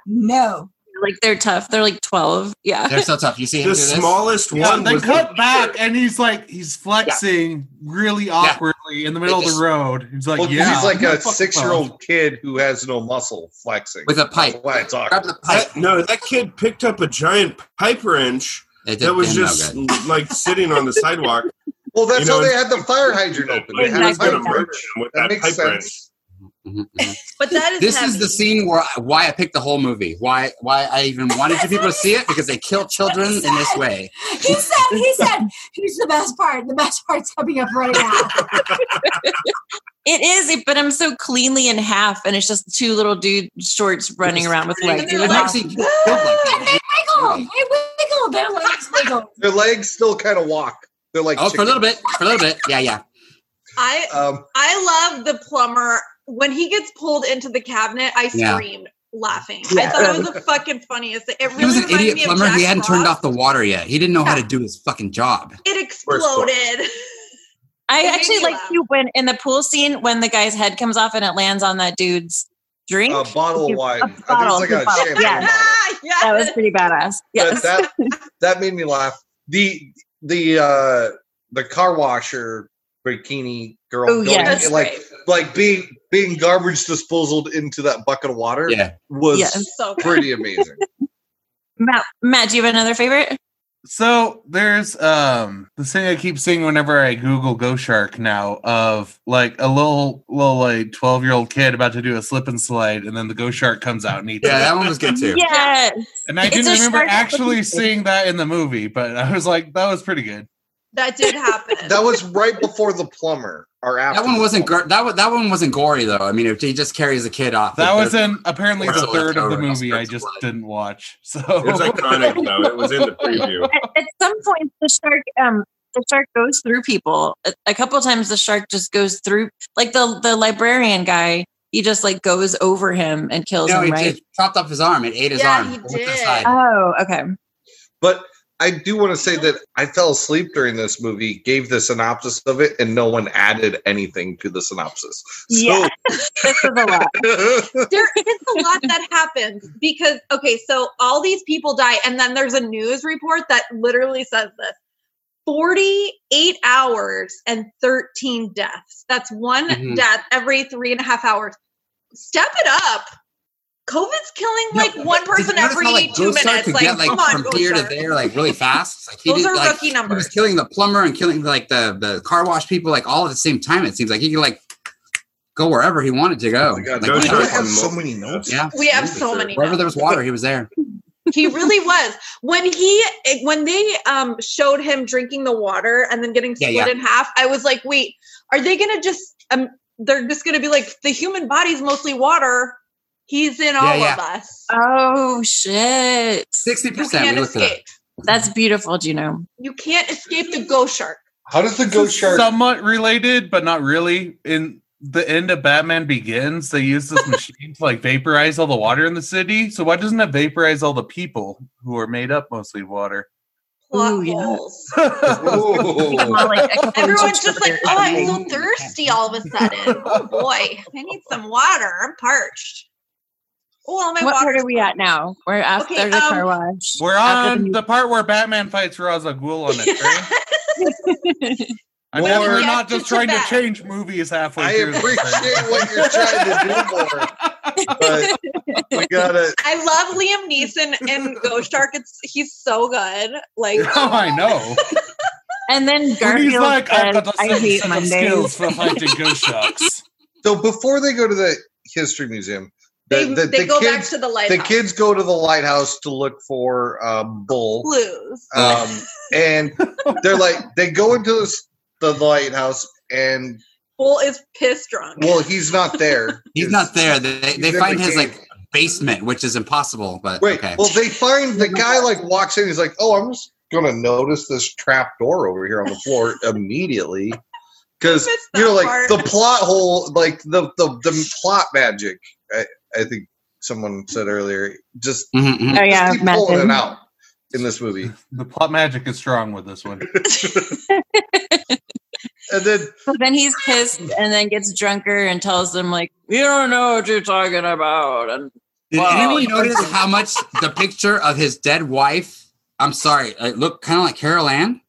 G: no.
A: like they're tough. They're like 12. Yeah.
E: They're so tough. You see him
F: the
E: do this?
F: smallest
C: Yeah,
F: one
C: they
F: was
C: cut
F: the-
C: back and he's like he's flexing really awkwardly in the middle of
D: just-
C: the road. He's like,
D: Well,
C: yeah,
D: he's like
C: I'm
D: a
C: fucking
D: six-year-old kid who has no muscle flexing.
E: with a pipe.
D: That's why it's awkward.
E: Grab the pipe.
F: That- no, that kid picked up a giant pipe wrench
E: It did
F: that was
E: him no
F: just
E: good.
F: like sitting on the sidewalk.
D: Well, that's
F: You know,
D: how they had the fire hydrant
F: Like,
D: open. They had a
F: he's
A: Exactly.
D: fire
F: gonna
D: hydrant.
F: murder him with
D: That
F: that
D: makes
F: pipe wrench.
D: sense.
E: Mhm, mhm.
B: But that is
E: This
B: heavy.
E: is the scene where I, why I picked the whole movie. Why why I even wanted you people to see it because they kill children in this way.
G: He said, he said, here's the best part. The best part's coming up right now.
A: It is, it- but I'm so cleanly in half, and it's just two little dude shorts running around with
E: Like,
A: legs.
E: it was actually killed like
G: And
E: that.
G: they wiggle. They wiggle. Their legs wiggle.
D: Their legs still kind of walk. They're like
E: Oh, for a
D: chickens.
E: little bit, for a little bit. Yeah, yeah.
B: I
D: Um,
B: I love the plumber. When he gets pulled into the cabinet, I
E: Yeah.
B: screamed laughing. I
A: Yeah.
B: thought it was the fucking funniest. thing. It really
E: He was an
B: reminded
E: idiot
B: me of
E: plumber. He
B: Jack
E: hadn't turned
B: Frost.
E: off the water yet. He didn't know how to do his fucking job.
B: It
F: Worst part.
B: exploded.
A: I
B: It made
A: actually
B: me
A: like
B: laugh.
A: too when in the pool scene when the guy's head comes off and it lands on that dude's drink.
D: a bottle of wine. I think
A: bottle,
D: it's like a
A: a bottle,
D: champagne
A: yeah.
D: bottle.
B: ah, yes.
A: that was pretty badass. Yes.
D: that, that that made me laugh. The the uh the car washer bikini girl
A: Oh,
D: going-
A: yeah.
B: That's
D: like like being being garbage disposal into that bucket of water
E: Yeah.
D: was
A: Yes.
B: so good.
D: pretty amazing.
A: Matt, Matt, do you have another favorite?
C: So there's um this thing I keep seeing whenever I Google Go Shark now of like a little little like twelve year old kid about to do a slip and slide and then the Go Shark comes out and eats
E: Yeah,
C: it.
E: that one was good too.
A: Yes.
C: And I
A: It's
C: didn't
A: a
C: remember
A: shark
C: actually
A: looking-
C: seeing that in the movie, but I was like, that was pretty good.
B: That did happen.
D: That was right before the plumber or after.
E: That one
D: the
E: wasn't
D: plumber.
E: gor that one, that one wasn't gory though. I mean, if he just carries a kid off.
C: That
E: with
C: was
E: the-
C: in apparently the
E: Well,
C: third of the
E: over and
C: movie I
E: I'll
C: just
E: start to
C: didn't watch. So
F: It was iconic though. It was in the preview.
A: At, at some point, the shark, um, the shark goes through people. A, a couple times, the shark just goes through, like the the librarian guy. He just like goes over him and kills
E: No,
A: him,
E: it,
A: right?
E: it chopped off his arm. It ate his
B: Yeah,
E: arm.
B: he
E: It went to the
B: did.
E: side.
A: Oh, okay.
D: But I do want to say that I fell asleep during this movie, gave the synopsis of it, and no one added anything to the synopsis. So,
A: Yeah. This is a lot.
B: there is a lot that happens because okay, so all these people die, and then there's a news report that literally says this: forty-eight hours and thirteen deaths. That's one
E: Mhm.
B: death every three and a half hours. Step it up. COVID's killing
E: No,
B: like one
E: Did you
B: person
E: notice
B: every
E: how, like,
B: two
E: Ghost Shark
B: minutes.
E: Could
B: Like,
E: get like
B: come on,
E: from
B: Ghost
E: here to
B: Shark.
E: there, like really fast. Like he
B: Those
E: did,
B: are
E: like,
B: rookie
E: He was
B: numbers.
E: killing the plumber and killing like the the car wash people like all at the same time. It seems like he could like go wherever he wanted to go.
D: Oh my God,
E: Like,
F: no
D: we
E: wherever-
F: shot.
D: have so many notes.
E: yeah,
B: We have so many.
E: wherever there was
B: notes.
E: water, he was there.
B: he really was when he when they um showed him drinking the water and then getting
E: Yeah,
B: split
E: yeah.
B: in half i was like wait are they gonna just um they're just gonna be like the human body's mostly water he's in all
E: yeah.
B: of us
A: Oh shit!
E: Sixty
B: you
E: percent.
B: can't
E: We looked at
B: escape
E: it.
A: That's beautiful, Gino.
B: you can't escape the ghost shark
D: How does the ghost shark?
C: somewhat related, but not really. In the end of Batman Begins, they use this machine to like vaporize all the water in the city. So why doesn't it vaporize all the people who are made up mostly of water?
B: plot
A: Ooh, yeah.
B: holes
D: Ooh.
B: everyone's just like oh i'm so thirsty all of a sudden oh boy i need some water i'm parched oh all my
A: what
B: water
A: part are we at now? We're after
B: Okay,
A: the
B: um,
A: car wash.
C: We're
A: After
C: on
A: the-
C: the part where Batman fights Ra's al Ghul on a train. I mean,
D: Or-
C: we're not just
B: Yeah,
C: trying to
B: back.
C: change movies halfway
D: I
C: through. this
D: appreciate
C: thing.
D: what you're trying to do more, but we gotta.
B: I love Liam Neeson in Ghost Shark. It's he's so good. Like
C: Now Oh, I know.
A: and then
C: And
A: Garfield
C: he's like, I've got
A: says,
C: the
A: "I
C: same
A: hate
C: set of
A: Mondays."
C: skills for fighting ghost sharks.
D: So before they go to the history museum, the,
B: they,
D: the,
B: they
D: the
B: go back
D: kids
B: to the
D: the
B: lighthouse.
D: kids go to the lighthouse to look for uh, bull.
B: blues.
D: um, and they're like they go into this, the lighthouse and
B: Bull is piss drunk.
D: well he's not there
E: He's not there. They, they
D: never
E: find his
D: came.
E: like basement, which is impossible. But
D: wait
E: okay,
D: well they find the guy like walks in he's like oh i'm just gonna notice this trap door over here on the floor immediately because
B: Missed that
D: you're like
B: part.
D: the plot hole like the the, the plot magic I, I think someone said earlier just
E: Mhm, mhm.
A: oh yeah,
D: keep
A: Matt
D: pulling
A: did.
D: it out in this movie
C: The plot magic is strong with this one.
D: and then
A: So then he's pissed and then gets drunker and tells them like, "You don't know what you're talking about." And
E: Did
A: Wow.
E: anyone notice how much the picture of his dead wife? I'm sorry, it looked kind of like Carol Ann.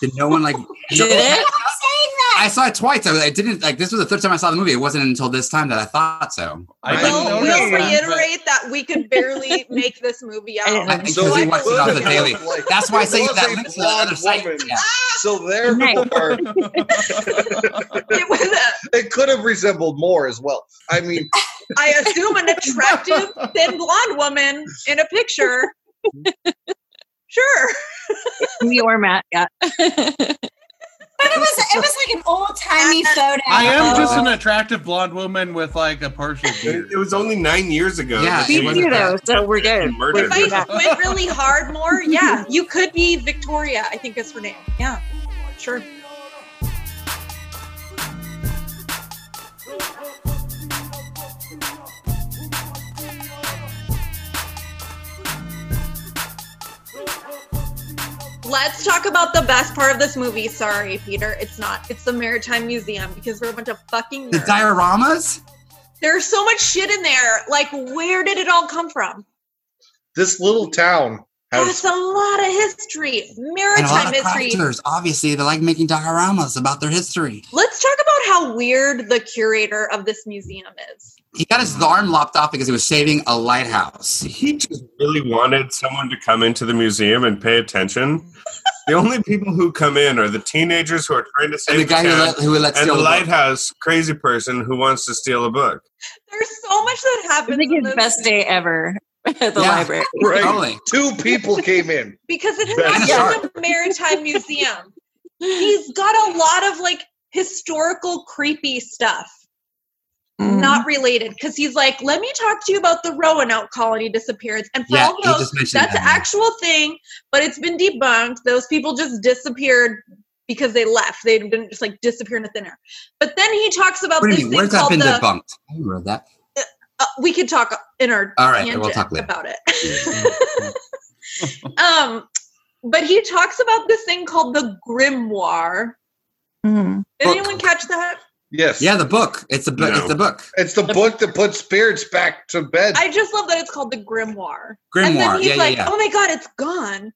E: Did no one like?
A: Did it?
G: Stop saying that.
E: I saw it twice. I, I didn't like. This was the third time I saw the movie. It wasn't until this time that I thought so.
D: I
B: We'll,
D: didn't
B: we'll
D: notice that,
B: reiterate that we could barely make this movie out.
A: I-
E: because So he watched it on the daily.
D: Like,
E: That's why I say
D: was
E: that
D: a
E: link's to the other
D: blonde
E: site.
D: woman.
E: Yeah.
D: So therefore,
B: It was a,
D: it could have resembled more as well. I mean,
B: I assume, an attractive, thin blonde woman in a picture. Sure.
A: Your Matt, yeah.
G: But it was it was like an old timey photo.
C: I am just
G: Oh.
C: an attractive blonde woman with like a partial beard.
F: It, it was only nine years ago.
E: Yeah,
F: that
E: it
F: she
A: we
E: was
F: was
A: do though, so we're good.
F: Murdered.
A: We're
B: If I
A: good.
F: Yeah.
B: went really hard more, yeah, you could be Victoria. I think is her name. Yeah, sure. Let's talk about the best part of this movie. Sorry, Peter, it's not. It's the Maritime Museum because we're a bunch of fucking
E: The
B: nerds.
E: dioramas.
B: There's so much shit in there. Like, where did it all come from?
D: this little town
B: That's
D: has
B: a lot of history,
E: And a lot
B: maritime
E: of
B: history.
E: actors, obviously, they like making dioramas about their history.
B: Let's talk about how weird the curator of this museum is.
E: He got his arm lopped off because he was shaving a lighthouse.
F: He just really wanted someone to come into the museum and pay attention. the only people who come in are the teenagers who are trying to
E: And
F: save
E: the guy who
F: town
E: let, who let
F: and
E: steal
F: the
E: the boat.
F: lighthouse crazy person who wants to steal a book.
B: There's so much that
A: I
B: happens.
A: think
B: in
A: his
B: this-
A: best day ever at the
E: Yeah.
A: library.
D: right.
E: Totally.
D: Two people came in.
B: because it's
F: Best
B: not
E: shark.
B: just a maritime museum. He's got a lot of like historical creepy stuff
A: Mm.
B: not related because he's like, let me talk to you about the Roanoke colony disappearance. And for
E: Yeah,
B: all
E: he
B: those,
E: just mentioned
B: that's
E: that.
B: an actual thing, but it's been debunked. Those people just disappeared because they left. They didn't just like disappear into thin air. But then he talks about
E: What do
B: this
E: you mean?
B: thing
E: Where's that
B: called
E: been
B: the.
E: debunked? I read that.
B: uh, we could talk in our
E: All right,
B: tangent
E: we'll talk later.
B: about it. um, but he talks about this thing called the grimoire.
A: Mm.
B: Did
E: Book.
B: anyone catch that?
D: Yes.
E: Yeah, the book. It's the book.
F: No.
E: It's the book.
D: It's the book that puts spirits back to bed.
B: I just love that it's called the grimoire. And then
E: Grimoire.
B: he's
E: Yeah,
B: like,
E: yeah, yeah.
B: "Oh my god, it's gone."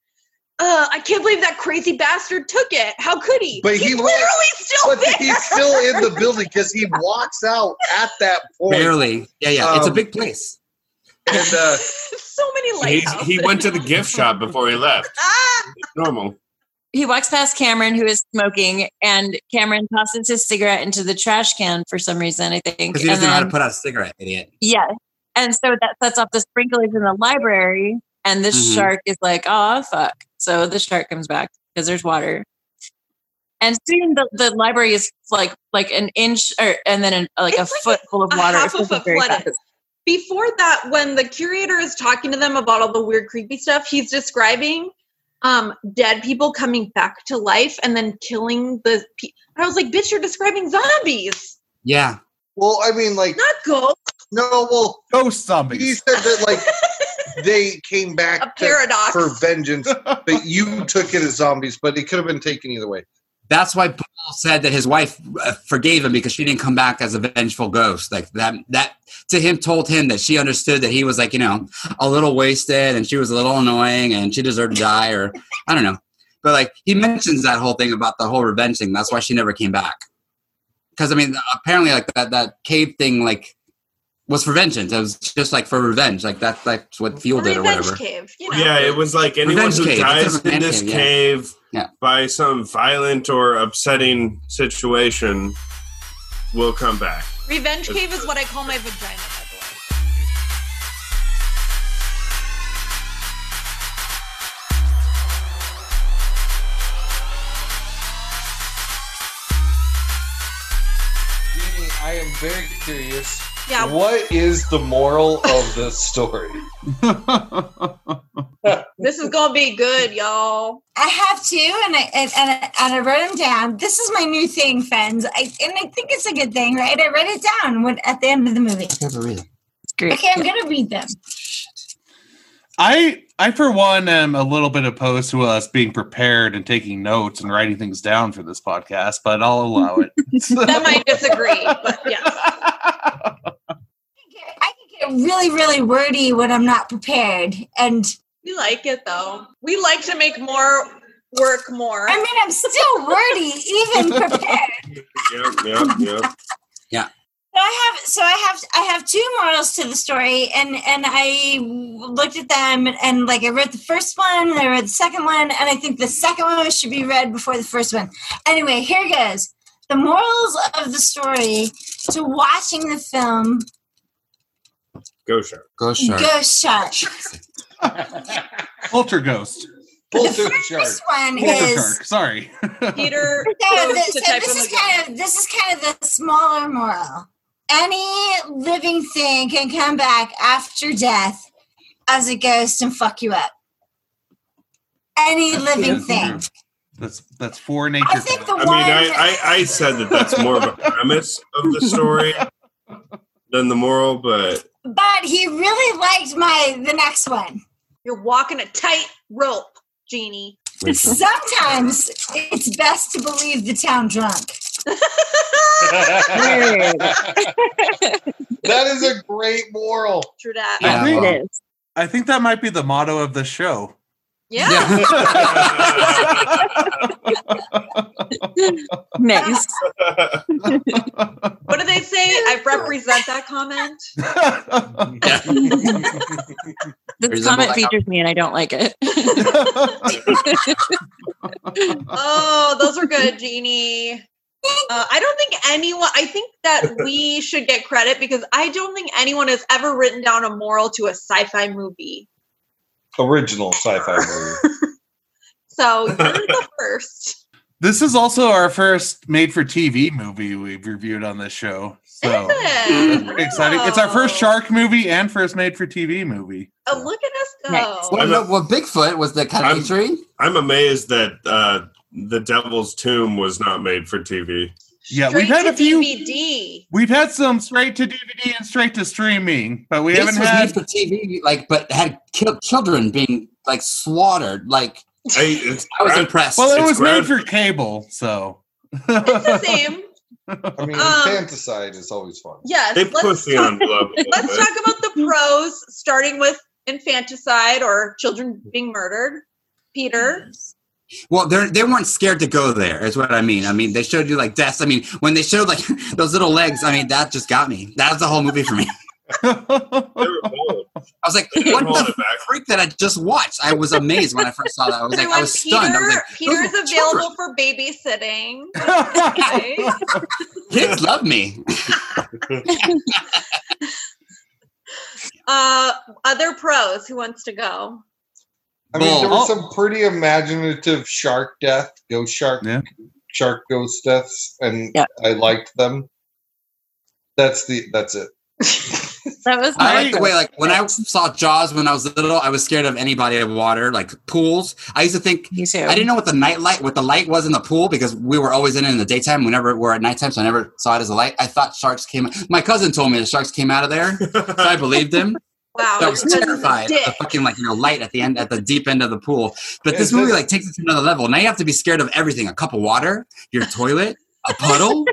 B: Uh, I can't believe that crazy bastard took it. How could he?
D: But
B: he's
D: he wa-
B: literally still
D: but
B: there.
D: he's still in the building because he walks out at that point.
E: Barely. Yeah, yeah. it's
D: "Oh,
E: a
D: Um,
E: big place.
D: And uh,
B: so many
F: He,
B: lighthouses.
F: he went to the gift shop before he left.
B: ah!
F: Normal.
A: He walks past Cameron, who is smoking, and Cameron tosses his cigarette into the trash can for some reason, I think.
E: Because he
A: And
E: doesn't know how to
A: then-
E: put out a cigarette, idiot.
A: yeah. And so that sets off the sprinklers in the library, and this
E: Mhm.
A: shark is like, oh, fuck. So the shark comes back because there's water. And soon the, the library is like like an inch or and then an, like
B: It's
A: a
B: like
A: foot full of
B: a
A: water.
B: half a
A: It's
B: foot
A: very
B: flooded.
A: fast.
B: Before that, when the curator is talking to them about all the weird, creepy stuff, he's describing um, dead people coming back to life and then killing the. Pe- I was like, "Bitch, you're describing zombies,
E: Yeah.
D: well, I mean, like,
B: not ghosts.
D: no, well,
C: Ghost
D: he
C: zombies.
D: said that like they came
B: A
D: back to,
B: paradox."
D: for vengeance, but you took it as zombies. But it could have been taken either way.
E: That's why Paul said that his wife uh, forgave him because she didn't come back as a vengeful ghost. Like that, that to him told him that she understood that he was like, you know, a little wasted and she was a little annoying and she deserved to die or I don't know. But like he mentions that whole thing about the whole revenge thing. That's why she never came back. Because I mean, apparently, like that that cave thing, like was for vengeance. It was just like for revenge. Like that that's what
B: A
E: fueled it or
B: revenge
E: whatever.
B: cave. You know?
F: Yeah, it was like anyone
E: Revenge
F: who
E: cave. That's
F: dies
E: a
F: in
E: revenge
F: this
E: cave, yeah.
F: cave
E: Yeah.
F: by some violent or upsetting situation will come back.
B: Revenge cave is what I call my vagina. by the way.
D: I am very curious.
B: Yeah,
D: What is the moral of this story?
B: This is gonna be good, y'all.
G: I have two, and I and, and, I- and I wrote them down. This is my new thing, friends. I and I think it's a good thing, right? I wrote it down when, at the end of the movie.
A: It's great.
G: Okay, I'm gonna read them.
C: I I for one am a little bit opposed to us being prepared and taking notes and writing things down for this podcast, but I'll allow it.
B: That might disagree, but yes.
G: I can get really, really wordy when I'm not prepared, and
B: We like it though. We like to make more work more.
G: I mean, I'm still wordy even prepared.
F: yep, yep.
G: So I have so I have I have two morals to the story, and and I looked at them and, and like I read the first one, and I read the second one, and I think the second one should be read before the first one. Anyway, here goes. The morals of the story to watching the film
F: Go shark.
E: Go shark.
G: Ghost Shark.
C: Poltergeist.
D: Polter
G: The
D: shark.
G: first one is
C: Poltershark. Sorry.
B: Peter
G: So,
B: goes
G: th-
B: to
G: so
B: type
G: this
B: in
G: is
B: the-
G: kind of this is kind of the smaller moral. Any living thing can come back after death as a ghost and fuck you up. Any living
C: That's
G: thing.
C: true. That's that's for nature.
G: I think the
F: I
G: one.
F: mean, I, I, I said that that's more of a premise of the story than the moral, but
G: but he really liked my the next one.
B: You're walking a tight rope, Jeannie.
G: Sometimes it's best to believe the town drunk.
D: that is a great moral.
B: True that.
E: Yeah.
C: I think,
A: it is.
C: I think that might be the motto of the show.
B: Yeah.
A: Nice.
B: What do they say? I represent that comment.
A: This
E: Resemble
A: comment
E: that guy.
A: features me and I don't like it.
B: Oh, those are good, Jeannie. Uh, I don't think anyone. I think that we should get credit because I don't think anyone has ever written down a moral to a sci-fi movie.
D: Original sci-fi movie.
B: So you're the first.
C: this is also our first made for TV movie we've reviewed on this show. So
B: Is it?
C: pretty exciting. It's our first
B: Wow.
C: shark movie and first made for TV movie.
B: Oh, look at us go.
A: Nice.
E: Well, no, well, Bigfoot was the kind
F: I'm-
E: of tree.
F: I'm amazed that uh, The Devil's Tomb was not made for TV.
C: Yeah,
B: Straight
C: we've had
B: to
C: a few-
B: DVD.
C: We've had some straight to DVD and straight to streaming, but we
E: this
C: haven't
E: was
C: had
E: made for TV, like, but had killed children being like slaughtered. Like,
F: I, it's,
E: I was
F: I-
E: impressed.
C: Well, it
F: It's
C: was made
F: ground-
C: for cable, so.
B: It's the same.
D: I mean,
B: Um,
D: fantaside is always fun.
B: Yes.
F: they
B: let's-
F: push the envelope. a little
B: Let's
F: bit.
B: talk about the pros, starting with infanticide or children being murdered. Peter,
E: Well, they they weren't scared to go there. Is what I mean. I mean, they showed you like deaths. I mean, when they showed like those little legs, I mean, that just got me. That was the whole movie for me.
F: They were bold.
E: I was like,
F: They were
E: what
F: rolling
E: the
F: it back.
E: freak that I just watched? I was amazed when I first saw that. I was like, I was stunned. I was like,
B: Peter is
E: those were
B: available for babysitting. Okay.
E: kids love me.
B: uh, other pros. Who wants to go?
D: I mean, there
E: Bull.
D: were some pretty imaginative shark death, ghost shark,
C: Yeah.
D: shark ghost deaths, and
A: Yeah.
D: I liked them. That's the that's it.
A: That was
E: I
A: my
E: like the way, like, when I saw Jaws when I was little, I was scared of any body of water, like pools. I used to think
A: me too.
E: I didn't know what the night light, what the light was in the pool because we were always in it in the daytime. Whenever we're at nighttime, so I never saw it as a light. I thought sharks came. My cousin told me the sharks came out of there, so I believed him.
B: Wow.
E: So I was
B: your cousin's a
E: terrified of the
B: dick.
E: fucking like you know light at the end at the deep end of the pool. But this
D: Yeah,
E: movie
D: this-
E: like takes it to another level. Now you have to be scared of everything: a cup of water, your toilet, a puddle,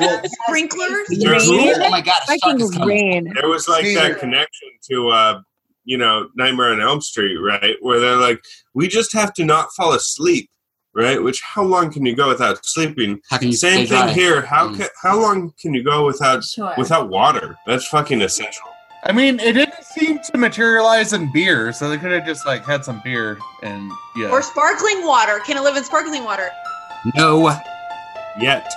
D: Well,
B: Sprinklers.
E: your
F: Rain.
E: pool. Oh my god, a shark is
A: Fucking
E: coming!
A: rain.
F: There was like that connection to, uh, you know, Nightmare on Elm Street, right? Where they're like, we just have to not fall asleep, right? Which how long can you go without sleeping?
E: How can you
F: Same
E: stay
F: thing
E: dry?
F: here. How
E: Mm.
F: ca- how long can you go without
G: Sure.
F: without water? That's fucking essential.
C: I mean, it didn't seem to materialize in beer, so they could have just like had some beer and yeah.
B: Or sparkling water. Can it live in sparkling water?
E: No,
F: Yet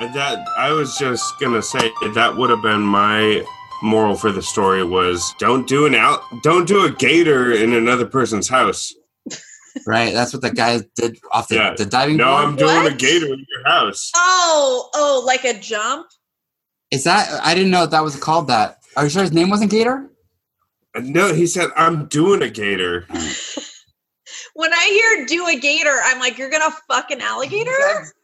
F: But that I was just gonna say that would have been my moral for the story was don't do an out don't do a gator in another person's house.
E: right? That's what the guy did off the,
F: Yeah.
E: the diving
F: No,
E: board.
F: I'm doing a
B: What?
F: gator in your house.
B: Oh, oh, like a jump.
E: Is that? I didn't know that was called that. Are you sure his name wasn't Gator?
F: No, he said I'm doing a gator.
B: When I hear do a gator, I'm like, you're gonna fuck an alligator?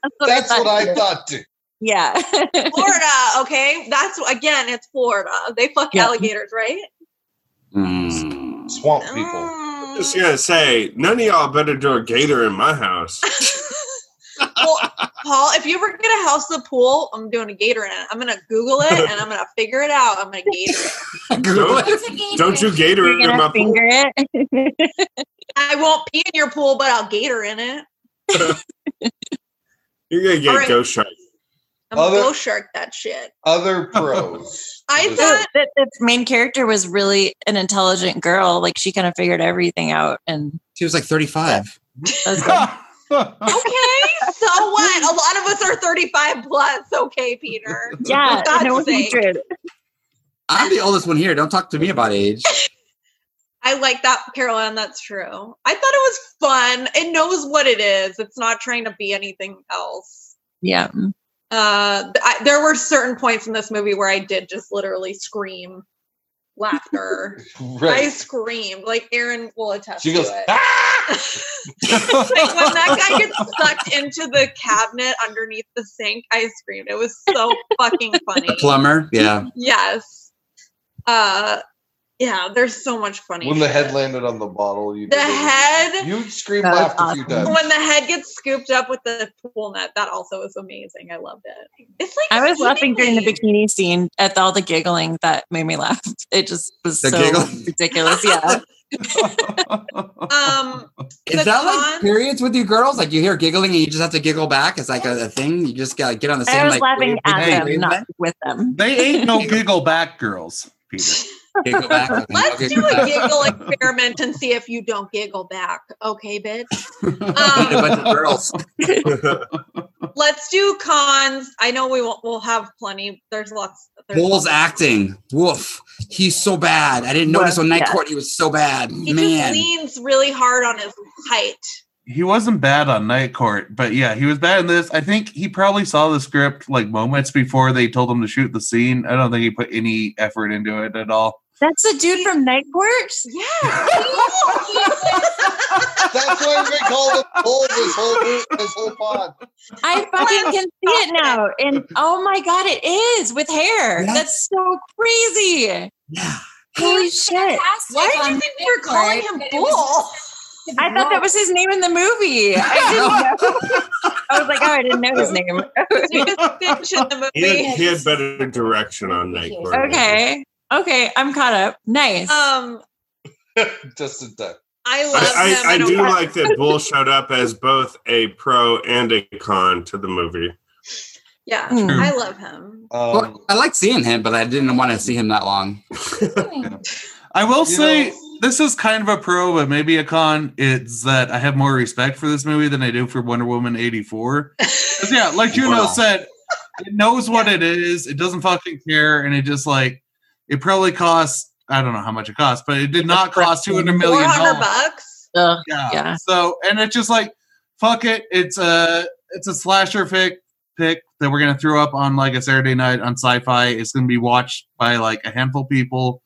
D: that's, that's what I thought too.
A: Yeah.
B: Florida, okay? That's again, it's Florida. They fuck
A: Yeah.
B: alligators, right?
E: Mm.
D: Swamp people.
B: Mm.
F: Just gonna say, none of y'all better do a gator in my house.
B: Well, Paul, if you ever get a house with a pool, I'm doing a gator in it. I'm gonna Google it and I'm gonna figure it out. I'm gonna gator. It.
F: Don't- Don't you gator
A: You're
F: in my
A: gonna
F: pool.
A: finger it.
B: I won't pee in your pool, but I'll gator in it.
F: You're gonna get
B: All right.
F: ghost shark.
B: I'm gonna
D: Other-
B: go shark that shit.
D: Other pros.
B: I
D: Just-
B: thought
A: that the main character was really an intelligent girl. Like she kind of figured everything out, and
E: She was like 35.
A: that's good.
B: okay, so what? A lot of us are 35 plus. Okay, Peter.
A: yeah,
B: For God's
A: no
B: sake.
A: hatred.
E: I'm the oldest one here. Don't talk to me about age.
B: I like that, Caroline. That's true. I thought it was fun. It knows what it is. It's not trying to be anything else.
A: Yeah,
B: Uh, th- I, there were certain points in this movie where I did just literally scream laughter. I
D: Right.
B: screamed like Aaron will attest
D: She
B: to
D: goes,
B: it.
D: ah!
B: like when that guy gets sucked into the cabinet underneath the sink, I screamed. It was so fucking funny.
E: The plumber. Yeah.
B: Yes. Uh, yeah. There's so much funny.
D: When the
B: shit.
D: head landed on the bottle, you
B: the
D: did it.
B: head.
D: You screamed
A: That was
D: laughed a few
A: awesome.
D: times.
B: when the head gets scooped up with the pool net, that also is amazing. I loved it. It's like
A: I was laughing during the
B: bikini.
A: bikini scene at all the giggling that made me laugh. It just was
E: The
A: so
E: giggling?
A: ridiculous. Yeah,
B: Um,
E: Is
B: The
E: that like
B: cons-
E: periods with you girls? Like you hear giggling and you just have to giggle back? It's like a, a thing. You just gotta get on the same.
A: I was
E: like,
A: laughing
E: wave-
A: at
E: wave-
A: them,
E: wave-
A: not with them.
C: they ain't no giggle back girls, Peter.
E: Giggle back. Okay,
B: let's
E: okay.
B: do a giggle experiment and see if you don't giggle back. Okay, bitch.
E: Get a bunch of girls.
B: Let's do cons. I know we won't. We'll have plenty. There's lots. There's
E: Bull's acting. Woof. He's so bad. I didn't notice on night
A: Yeah.
E: court he was so bad.
B: He just
E: Man.
B: leans really hard on his height.
C: he wasn't bad on Night Court, but yeah, he was bad in this. I think he probably saw the script like moments before they told him to shoot the scene. I don't think he put any effort into it at all.
A: That's the dude from Night Court.
B: Yeah. I
D: That's why we called him bull this whole this whole pod.
A: I fucking can see it now, and oh my god, it is with hair.
E: Yeah.
A: That's so crazy.
E: Yeah.
A: Holy shit!
B: Why did you think we were calling him bull?
A: I thought that was his name in the movie. I didn't know. I was like, oh, I didn't know his name.
B: His name is Finch in the
F: He had,
B: movie.
F: he had better direction on night court.
A: okay, okay, I'm caught up. Nice.
B: Um,
D: Just in time.
B: I love
F: I,
B: him.
F: I, I
B: don't
F: do
B: care.
F: like that Bull showed up as both a pro and a con to the movie.
B: Yeah,
A: Hmm.
B: I love him.
D: Um,
E: Well, I liked seeing him, but I didn't want to see him that long.
C: I will
D: You
C: say
D: know-
C: this is kind of a pro, but maybe a con. It's that I have more respect for this movie than I do for Wonder Woman eighty four. Yeah, like Juno
E: Wow.
C: said, it knows what it is. It doesn't fucking care, and it just like it probably cost. I don't know how much it cost, but it did not cost two hundred
B: Four
C: million
B: hundred
C: dollars.
B: bucks.
A: Ugh.
C: Yeah.
A: Yeah.
C: So and it's just like fuck it. It's a it's a slasher pick pick that we're gonna throw up on like a Saturday night on sci-fi. It's gonna be watched by like a handful of people.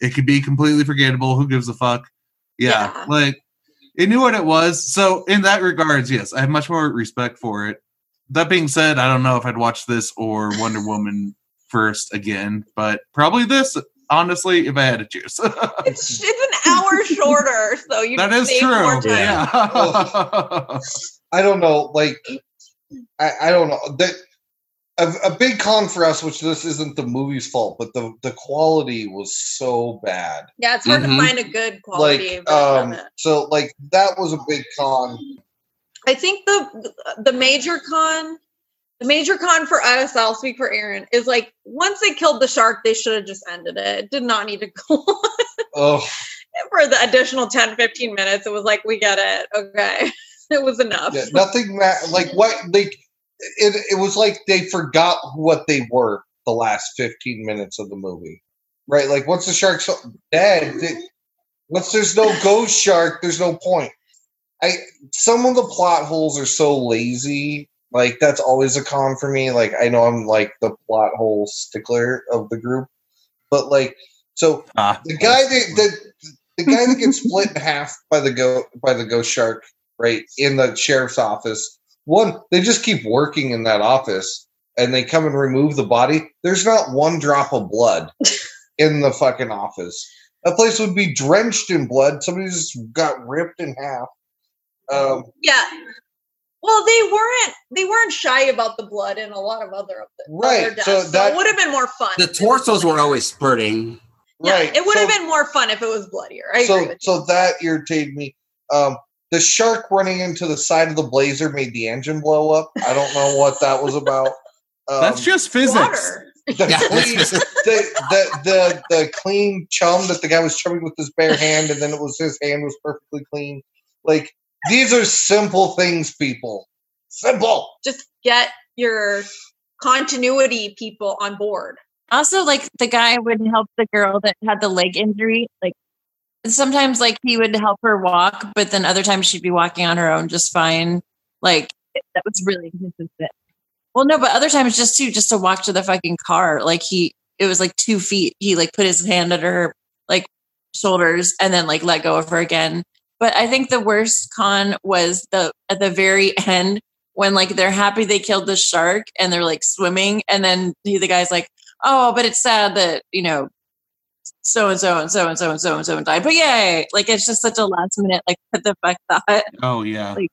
C: It could be completely forgettable. Who gives a fuck? Yeah.
B: Yeah.
C: Like it knew what it was. So in that regards, yes, I have much more respect for it. That being said, I don't know if I'd watch this or Wonder Woman first again, but probably this, honestly, if I had to choose.
B: It's it's an hour shorter, so you
C: that is
B: save
C: true.
B: More time.
C: Yeah.
D: I don't know. Like, I, I don't know. That a, a big con for us, which this isn't the movie's fault, but the the quality was so bad.
B: Yeah, it's hard
E: Mhm.
B: to find a good quality.
D: Mm-hmm. like,
B: version
D: um,
B: of it.
D: so like that was a big con.
B: I think the the major con, the major con for us, I'll speak for Aaron, is like once they killed the shark, they should have just ended it. It did not need to go on
D: Oh,
B: for the additional 10, 15 minutes. It was like we get it, okay, it was enough.
D: yeah, nothing. Ma- like what? Like it. It was like they forgot what they were the last fifteen minutes of the movie, right? Like once the shark's dead, th- once there's no ghost shark, there's no point. I some of the plot holes are so lazy. Like that's always a con for me. Like I know I'm like the plot hole stickler of the group, but like so
C: Ah.
D: the guy that the, the guy that gets split in half by the go by the ghost shark right in the sheriff's office one they just keep working in that office and they come and remove the body there's not one drop of blood in the fucking office that place would be drenched in blood somebody just got ripped in half um,
B: Yeah. Well, they weren't they weren't shy about the blood in a lot of other of the
D: Right,
B: other deaths,
D: so
B: so,
D: that-
B: it would have been more fun.
E: The torsos were always spurting.
B: yeah,
D: right.
B: It would have
D: so-
B: been more fun if it was bloodier. I agree
D: so
B: with you.
D: so that irritated me. Um, the shark running into the side of the blazer made the engine blow up. I don't know what that was about. Um,
C: That's just physics.
B: Water.
D: the,
E: Yeah,
D: clean,
E: that's-
D: the, the the the clean chum that the guy was chumming with his bare hand, and then it was his hand was perfectly clean. Like these are simple things, people. Simple.
B: Just get your continuity people on board.
A: Also, like the guy would help the girl that had the leg injury. Like sometimes, like he would help her walk, but then other times she'd be walking on her own just fine. Like it- that was really inconsistent. Well, no, but other times just to just to walk to the fucking car. Like he, it was like two feet. He like put his hand under her like shoulders and then like let go of her again. But I think the worst con was the at the very end when like they're happy they killed the shark and they're like swimming and then he, the guy's like oh, but it's sad that, you know, so and so and so and so and so and so and died. But yay. Like it's just such a last minute, like what the fuck thought.
C: Oh yeah.
A: Like-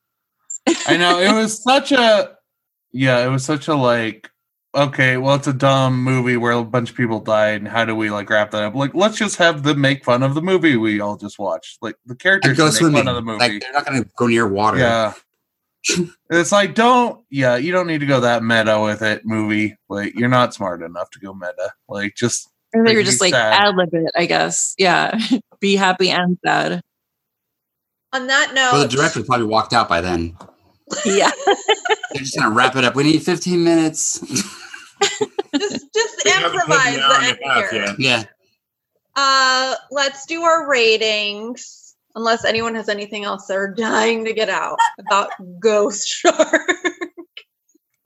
C: I know it was such a yeah, it was such a like okay, well it's a dumb movie where a bunch of people died and how do we like wrap that up? Like let's just have them make fun of the movie we all just watched. Like the
E: Like,
C: characters
E: go
C: should make
E: swimming.
C: fun of the movie.
E: Like they're not going to go near water.
C: yeah. it's like don't yeah, you don't need to go that meta with it movie. Like you're not smart enough to go meta. Like just
A: Or they
C: Like,
A: were
C: you
A: just like
C: sad.
A: ad lib it, I guess. Yeah. Be happy and sad.
B: On that note,
E: Well, the director probably walked out by then.
A: Yeah.
E: They're just going to wrap it up. We need 15 minutes.
B: just just
F: We haven't put an
B: improvise the
F: hour and
B: end
F: a half
B: here.
F: yet.
E: yeah.
B: Uh, let's do our ratings. Unless anyone has anything else they're dying to get out about Ghost Shark.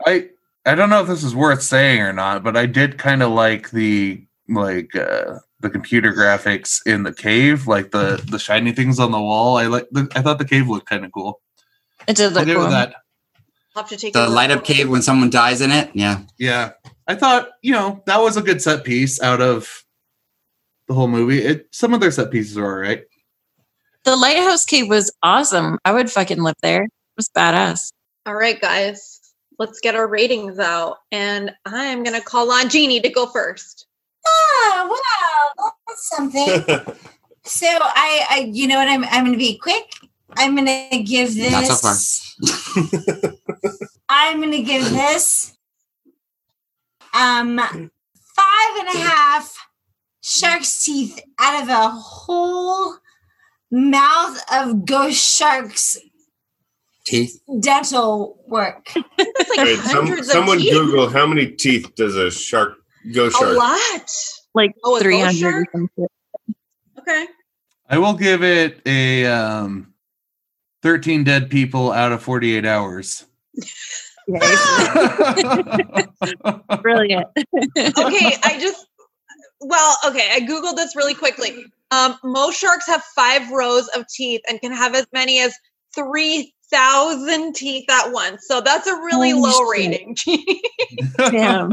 C: I I don't know if this is worth saying or not, but I did kind of like the like uh the computer graphics in the cave, like the the shiny things on the wall. I like the, I thought the cave looked kind of cool.
A: It did
C: I'll
A: look
C: give it
A: cool.
C: that.
B: Have to take a
E: The
B: look.
E: light up cave when someone dies in it. Yeah.
C: Yeah. I thought, you know, that was a good set piece out of the whole movie. It some of their set pieces are all right.
A: The lighthouse cave was awesome. I would fucking live there. It was badass.
B: All right, guys, let's get our ratings out, and I'm gonna call on Jeannie to go first.
G: Ah, wow, that's something. so I, I, you know what? I'm, I'm going to be quick. I'm going to give this.
E: Not so far.
G: I'm going to give this. Um, five and a half shark's teeth out of a whole mouth of ghost sharks
E: Teeth.
G: dental work.
B: That's like
F: Wait, some-
B: hundreds of
F: someone
B: teeth.
F: Google how many teeth does a shark go
B: a
F: shark?
B: lot.
A: Like
B: Oh, a ghost
A: 300 or
B: shark?
A: something.
B: Okay,
C: I will give it a um 13 dead people out of 48 hours.
A: Yay. Brilliant.
B: okay. I just well, okay. I googled this really quickly. Um, most sharks have five rows of teeth and can have as many as three thousand teeth at once. So that's a really
A: Holy
B: low
A: shit.
B: rating, Jeannie.
A: Damn.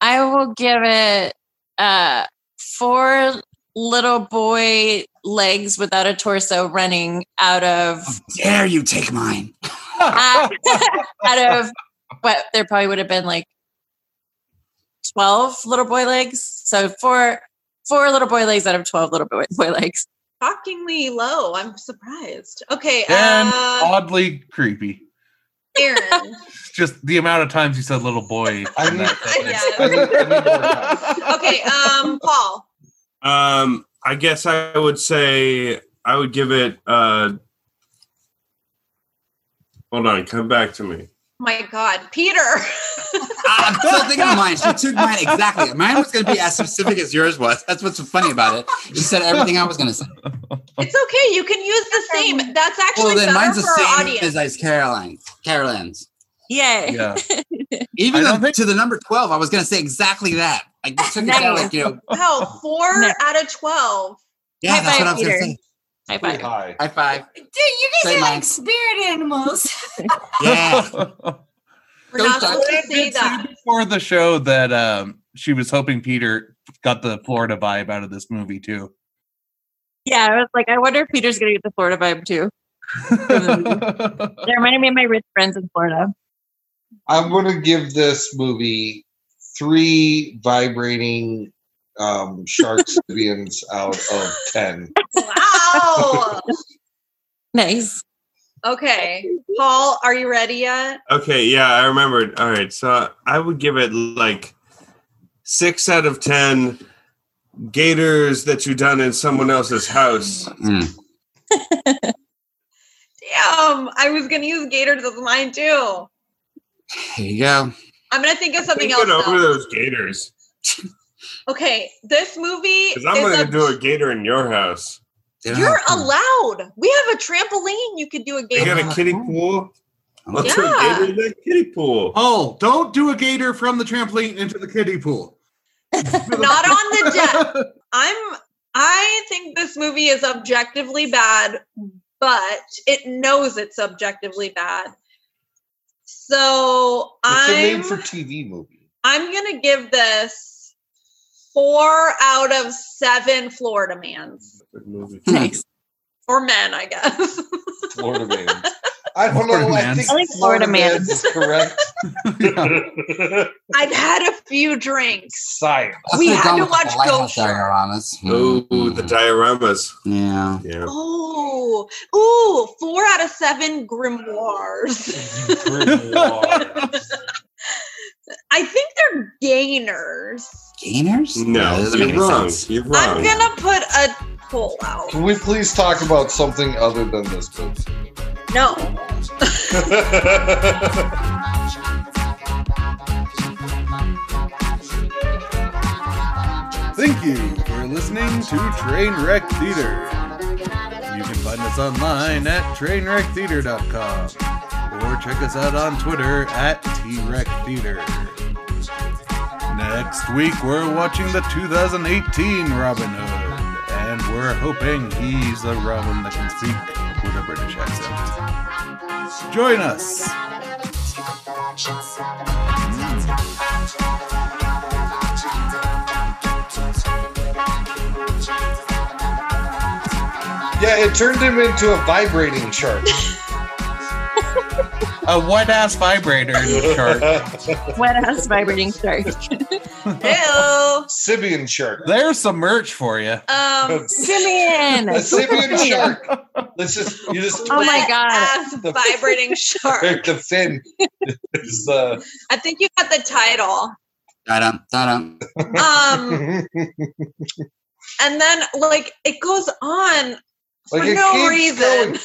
A: I will give it uh four little boy legs without a torso running out of
E: Dare you take mine?
A: uh, out of what there probably would have been like 12 little boy legs so four four little boy legs out of 12 little boy, boy legs
B: Shockingly low. I'm surprised. Okay,
C: and
B: uh,
C: oddly creepy.
B: Aaron.
C: Just the amount of times you said little boy.
D: I
C: in
D: need-
C: that sentence.
B: Yeah.
D: I need- I need more time.
B: Okay, um, Paul.
F: Um, I guess I would say I would give it. Uh, hold on, come back to me.
B: My God, Peter.
E: Ah, I'm still thinking of mine. She took mine exactly. Mine was going to be as specific as yours was. That's what's so funny about it. She said everything I was going to say.
B: It's okay. You can use the same. That's actually
E: Well, then
B: better
E: mine's the
B: for our
E: same
B: audience.
E: as as Caroline. Caroline's.
A: yay
C: Yeah.
E: Even
C: I don't
E: the-
C: think-
E: to the number 12, I was going to say exactly that. I took it down like, you know,
B: wow, four
A: No.
B: out of twelve.
E: yeah,
A: High
E: that's what
A: five,
E: I was going to
A: Peter.
E: say.
A: high
D: Pretty
A: five
D: high.
E: High five.
G: Dude, you guys
E: Say
G: are
E: mine.
G: like spirit animals.
E: Yeah.
B: We're
E: Don't
B: not
E: touch
B: supposed
C: I
B: to say
C: did say
B: that.
C: before the show that um, she was hoping Peter got the Florida vibe out of this movie too.
A: yeah i was like i wonder if peter's gonna get the florida vibe too They reminded me of my rich friends in Florida.
D: I'm going to give this movie three vibrating um, shark scorpions out of 10.
B: Wow.
A: Nice.
B: okay. Paul, are you ready yet?
F: Okay, yeah, I remembered. All right, so I would give it like six out of ten gators that you done in someone else's house.
E: Mm.
B: Damn. I was going to use gators as mine too.
E: There you go.
B: I'm going to think of something
F: Get
B: else.
F: over
B: now.
F: those gators,
B: Okay. This movie is
F: because I'm going
B: a
F: to do a gator in your house.
E: They don't
B: You're
E: have-
B: allowed. We have a trampoline. You could do a
F: You
B: game.
F: got
B: on.
F: a kiddie pool. I'll
E: Okay.
F: throw a
B: Yeah.
F: gator in that kiddie pool.
C: oh, don't do a gator from the trampoline into the kiddie pool.
B: Not on the deck. I'm. I think this movie is objectively bad, but it knows it's objectively bad. So
D: It's a
B: I'm.
D: made for TV movie.
B: I'm gonna give this four out of seven Florida mans
F: Good movie.
E: Hmm.
A: Nice.
B: or men, I guess.
D: Florida Man. I don't
C: Florida
D: know. I
C: Mans.
D: think
A: I like
D: Florida
A: Florida
D: Man is correct.
B: I've had a few drinks.
D: Science.
E: That's
B: We
E: the
B: had
E: gun
B: to
E: with the
B: watch
E: lighthouse
B: Ghost Shark.
E: dioramas.
F: Oh, the
E: Mm.
F: dioramas.
E: yeah.
F: Yeah.
B: Oh, ooh, four out of seven grimoires. I think they're gainers.
E: Gainers?
F: No,
E: that doesn't make
F: you're
E: any
F: wrong.
E: sense.
F: You're
B: I'm
F: wrong.
B: gonna put a poll out.
D: Can we please talk about something other than this movie?
B: No.
C: Thank you for listening to Trainwreck Theater. You can find us online at trainwrecktheater.com or check us out on Twitter at TREC Theater. Next week, we're watching the 2018 Robin Hood, and we're hoping he's the Robin that can speak with a British accent. Join us!
D: yeah, it turned him into a vibrating shark.
C: A wet ass vibrator shark.
A: Wet ass vibrating shark.
B: Ew.
D: Sibian shark.
C: There's some merch for you.
B: Um,
A: Simeon.
D: A Sibian shark. Let's just you just
A: Oh my
B: wet
A: God.
B: ass vibrating
D: prick
B: shark.
D: the fin. It's, uh,
B: I think you got the title.
E: Da-dum, da-dum.
B: Um,
A: Mm.
B: and then like it goes on for
D: it
B: no
D: keeps
B: reason.
D: going.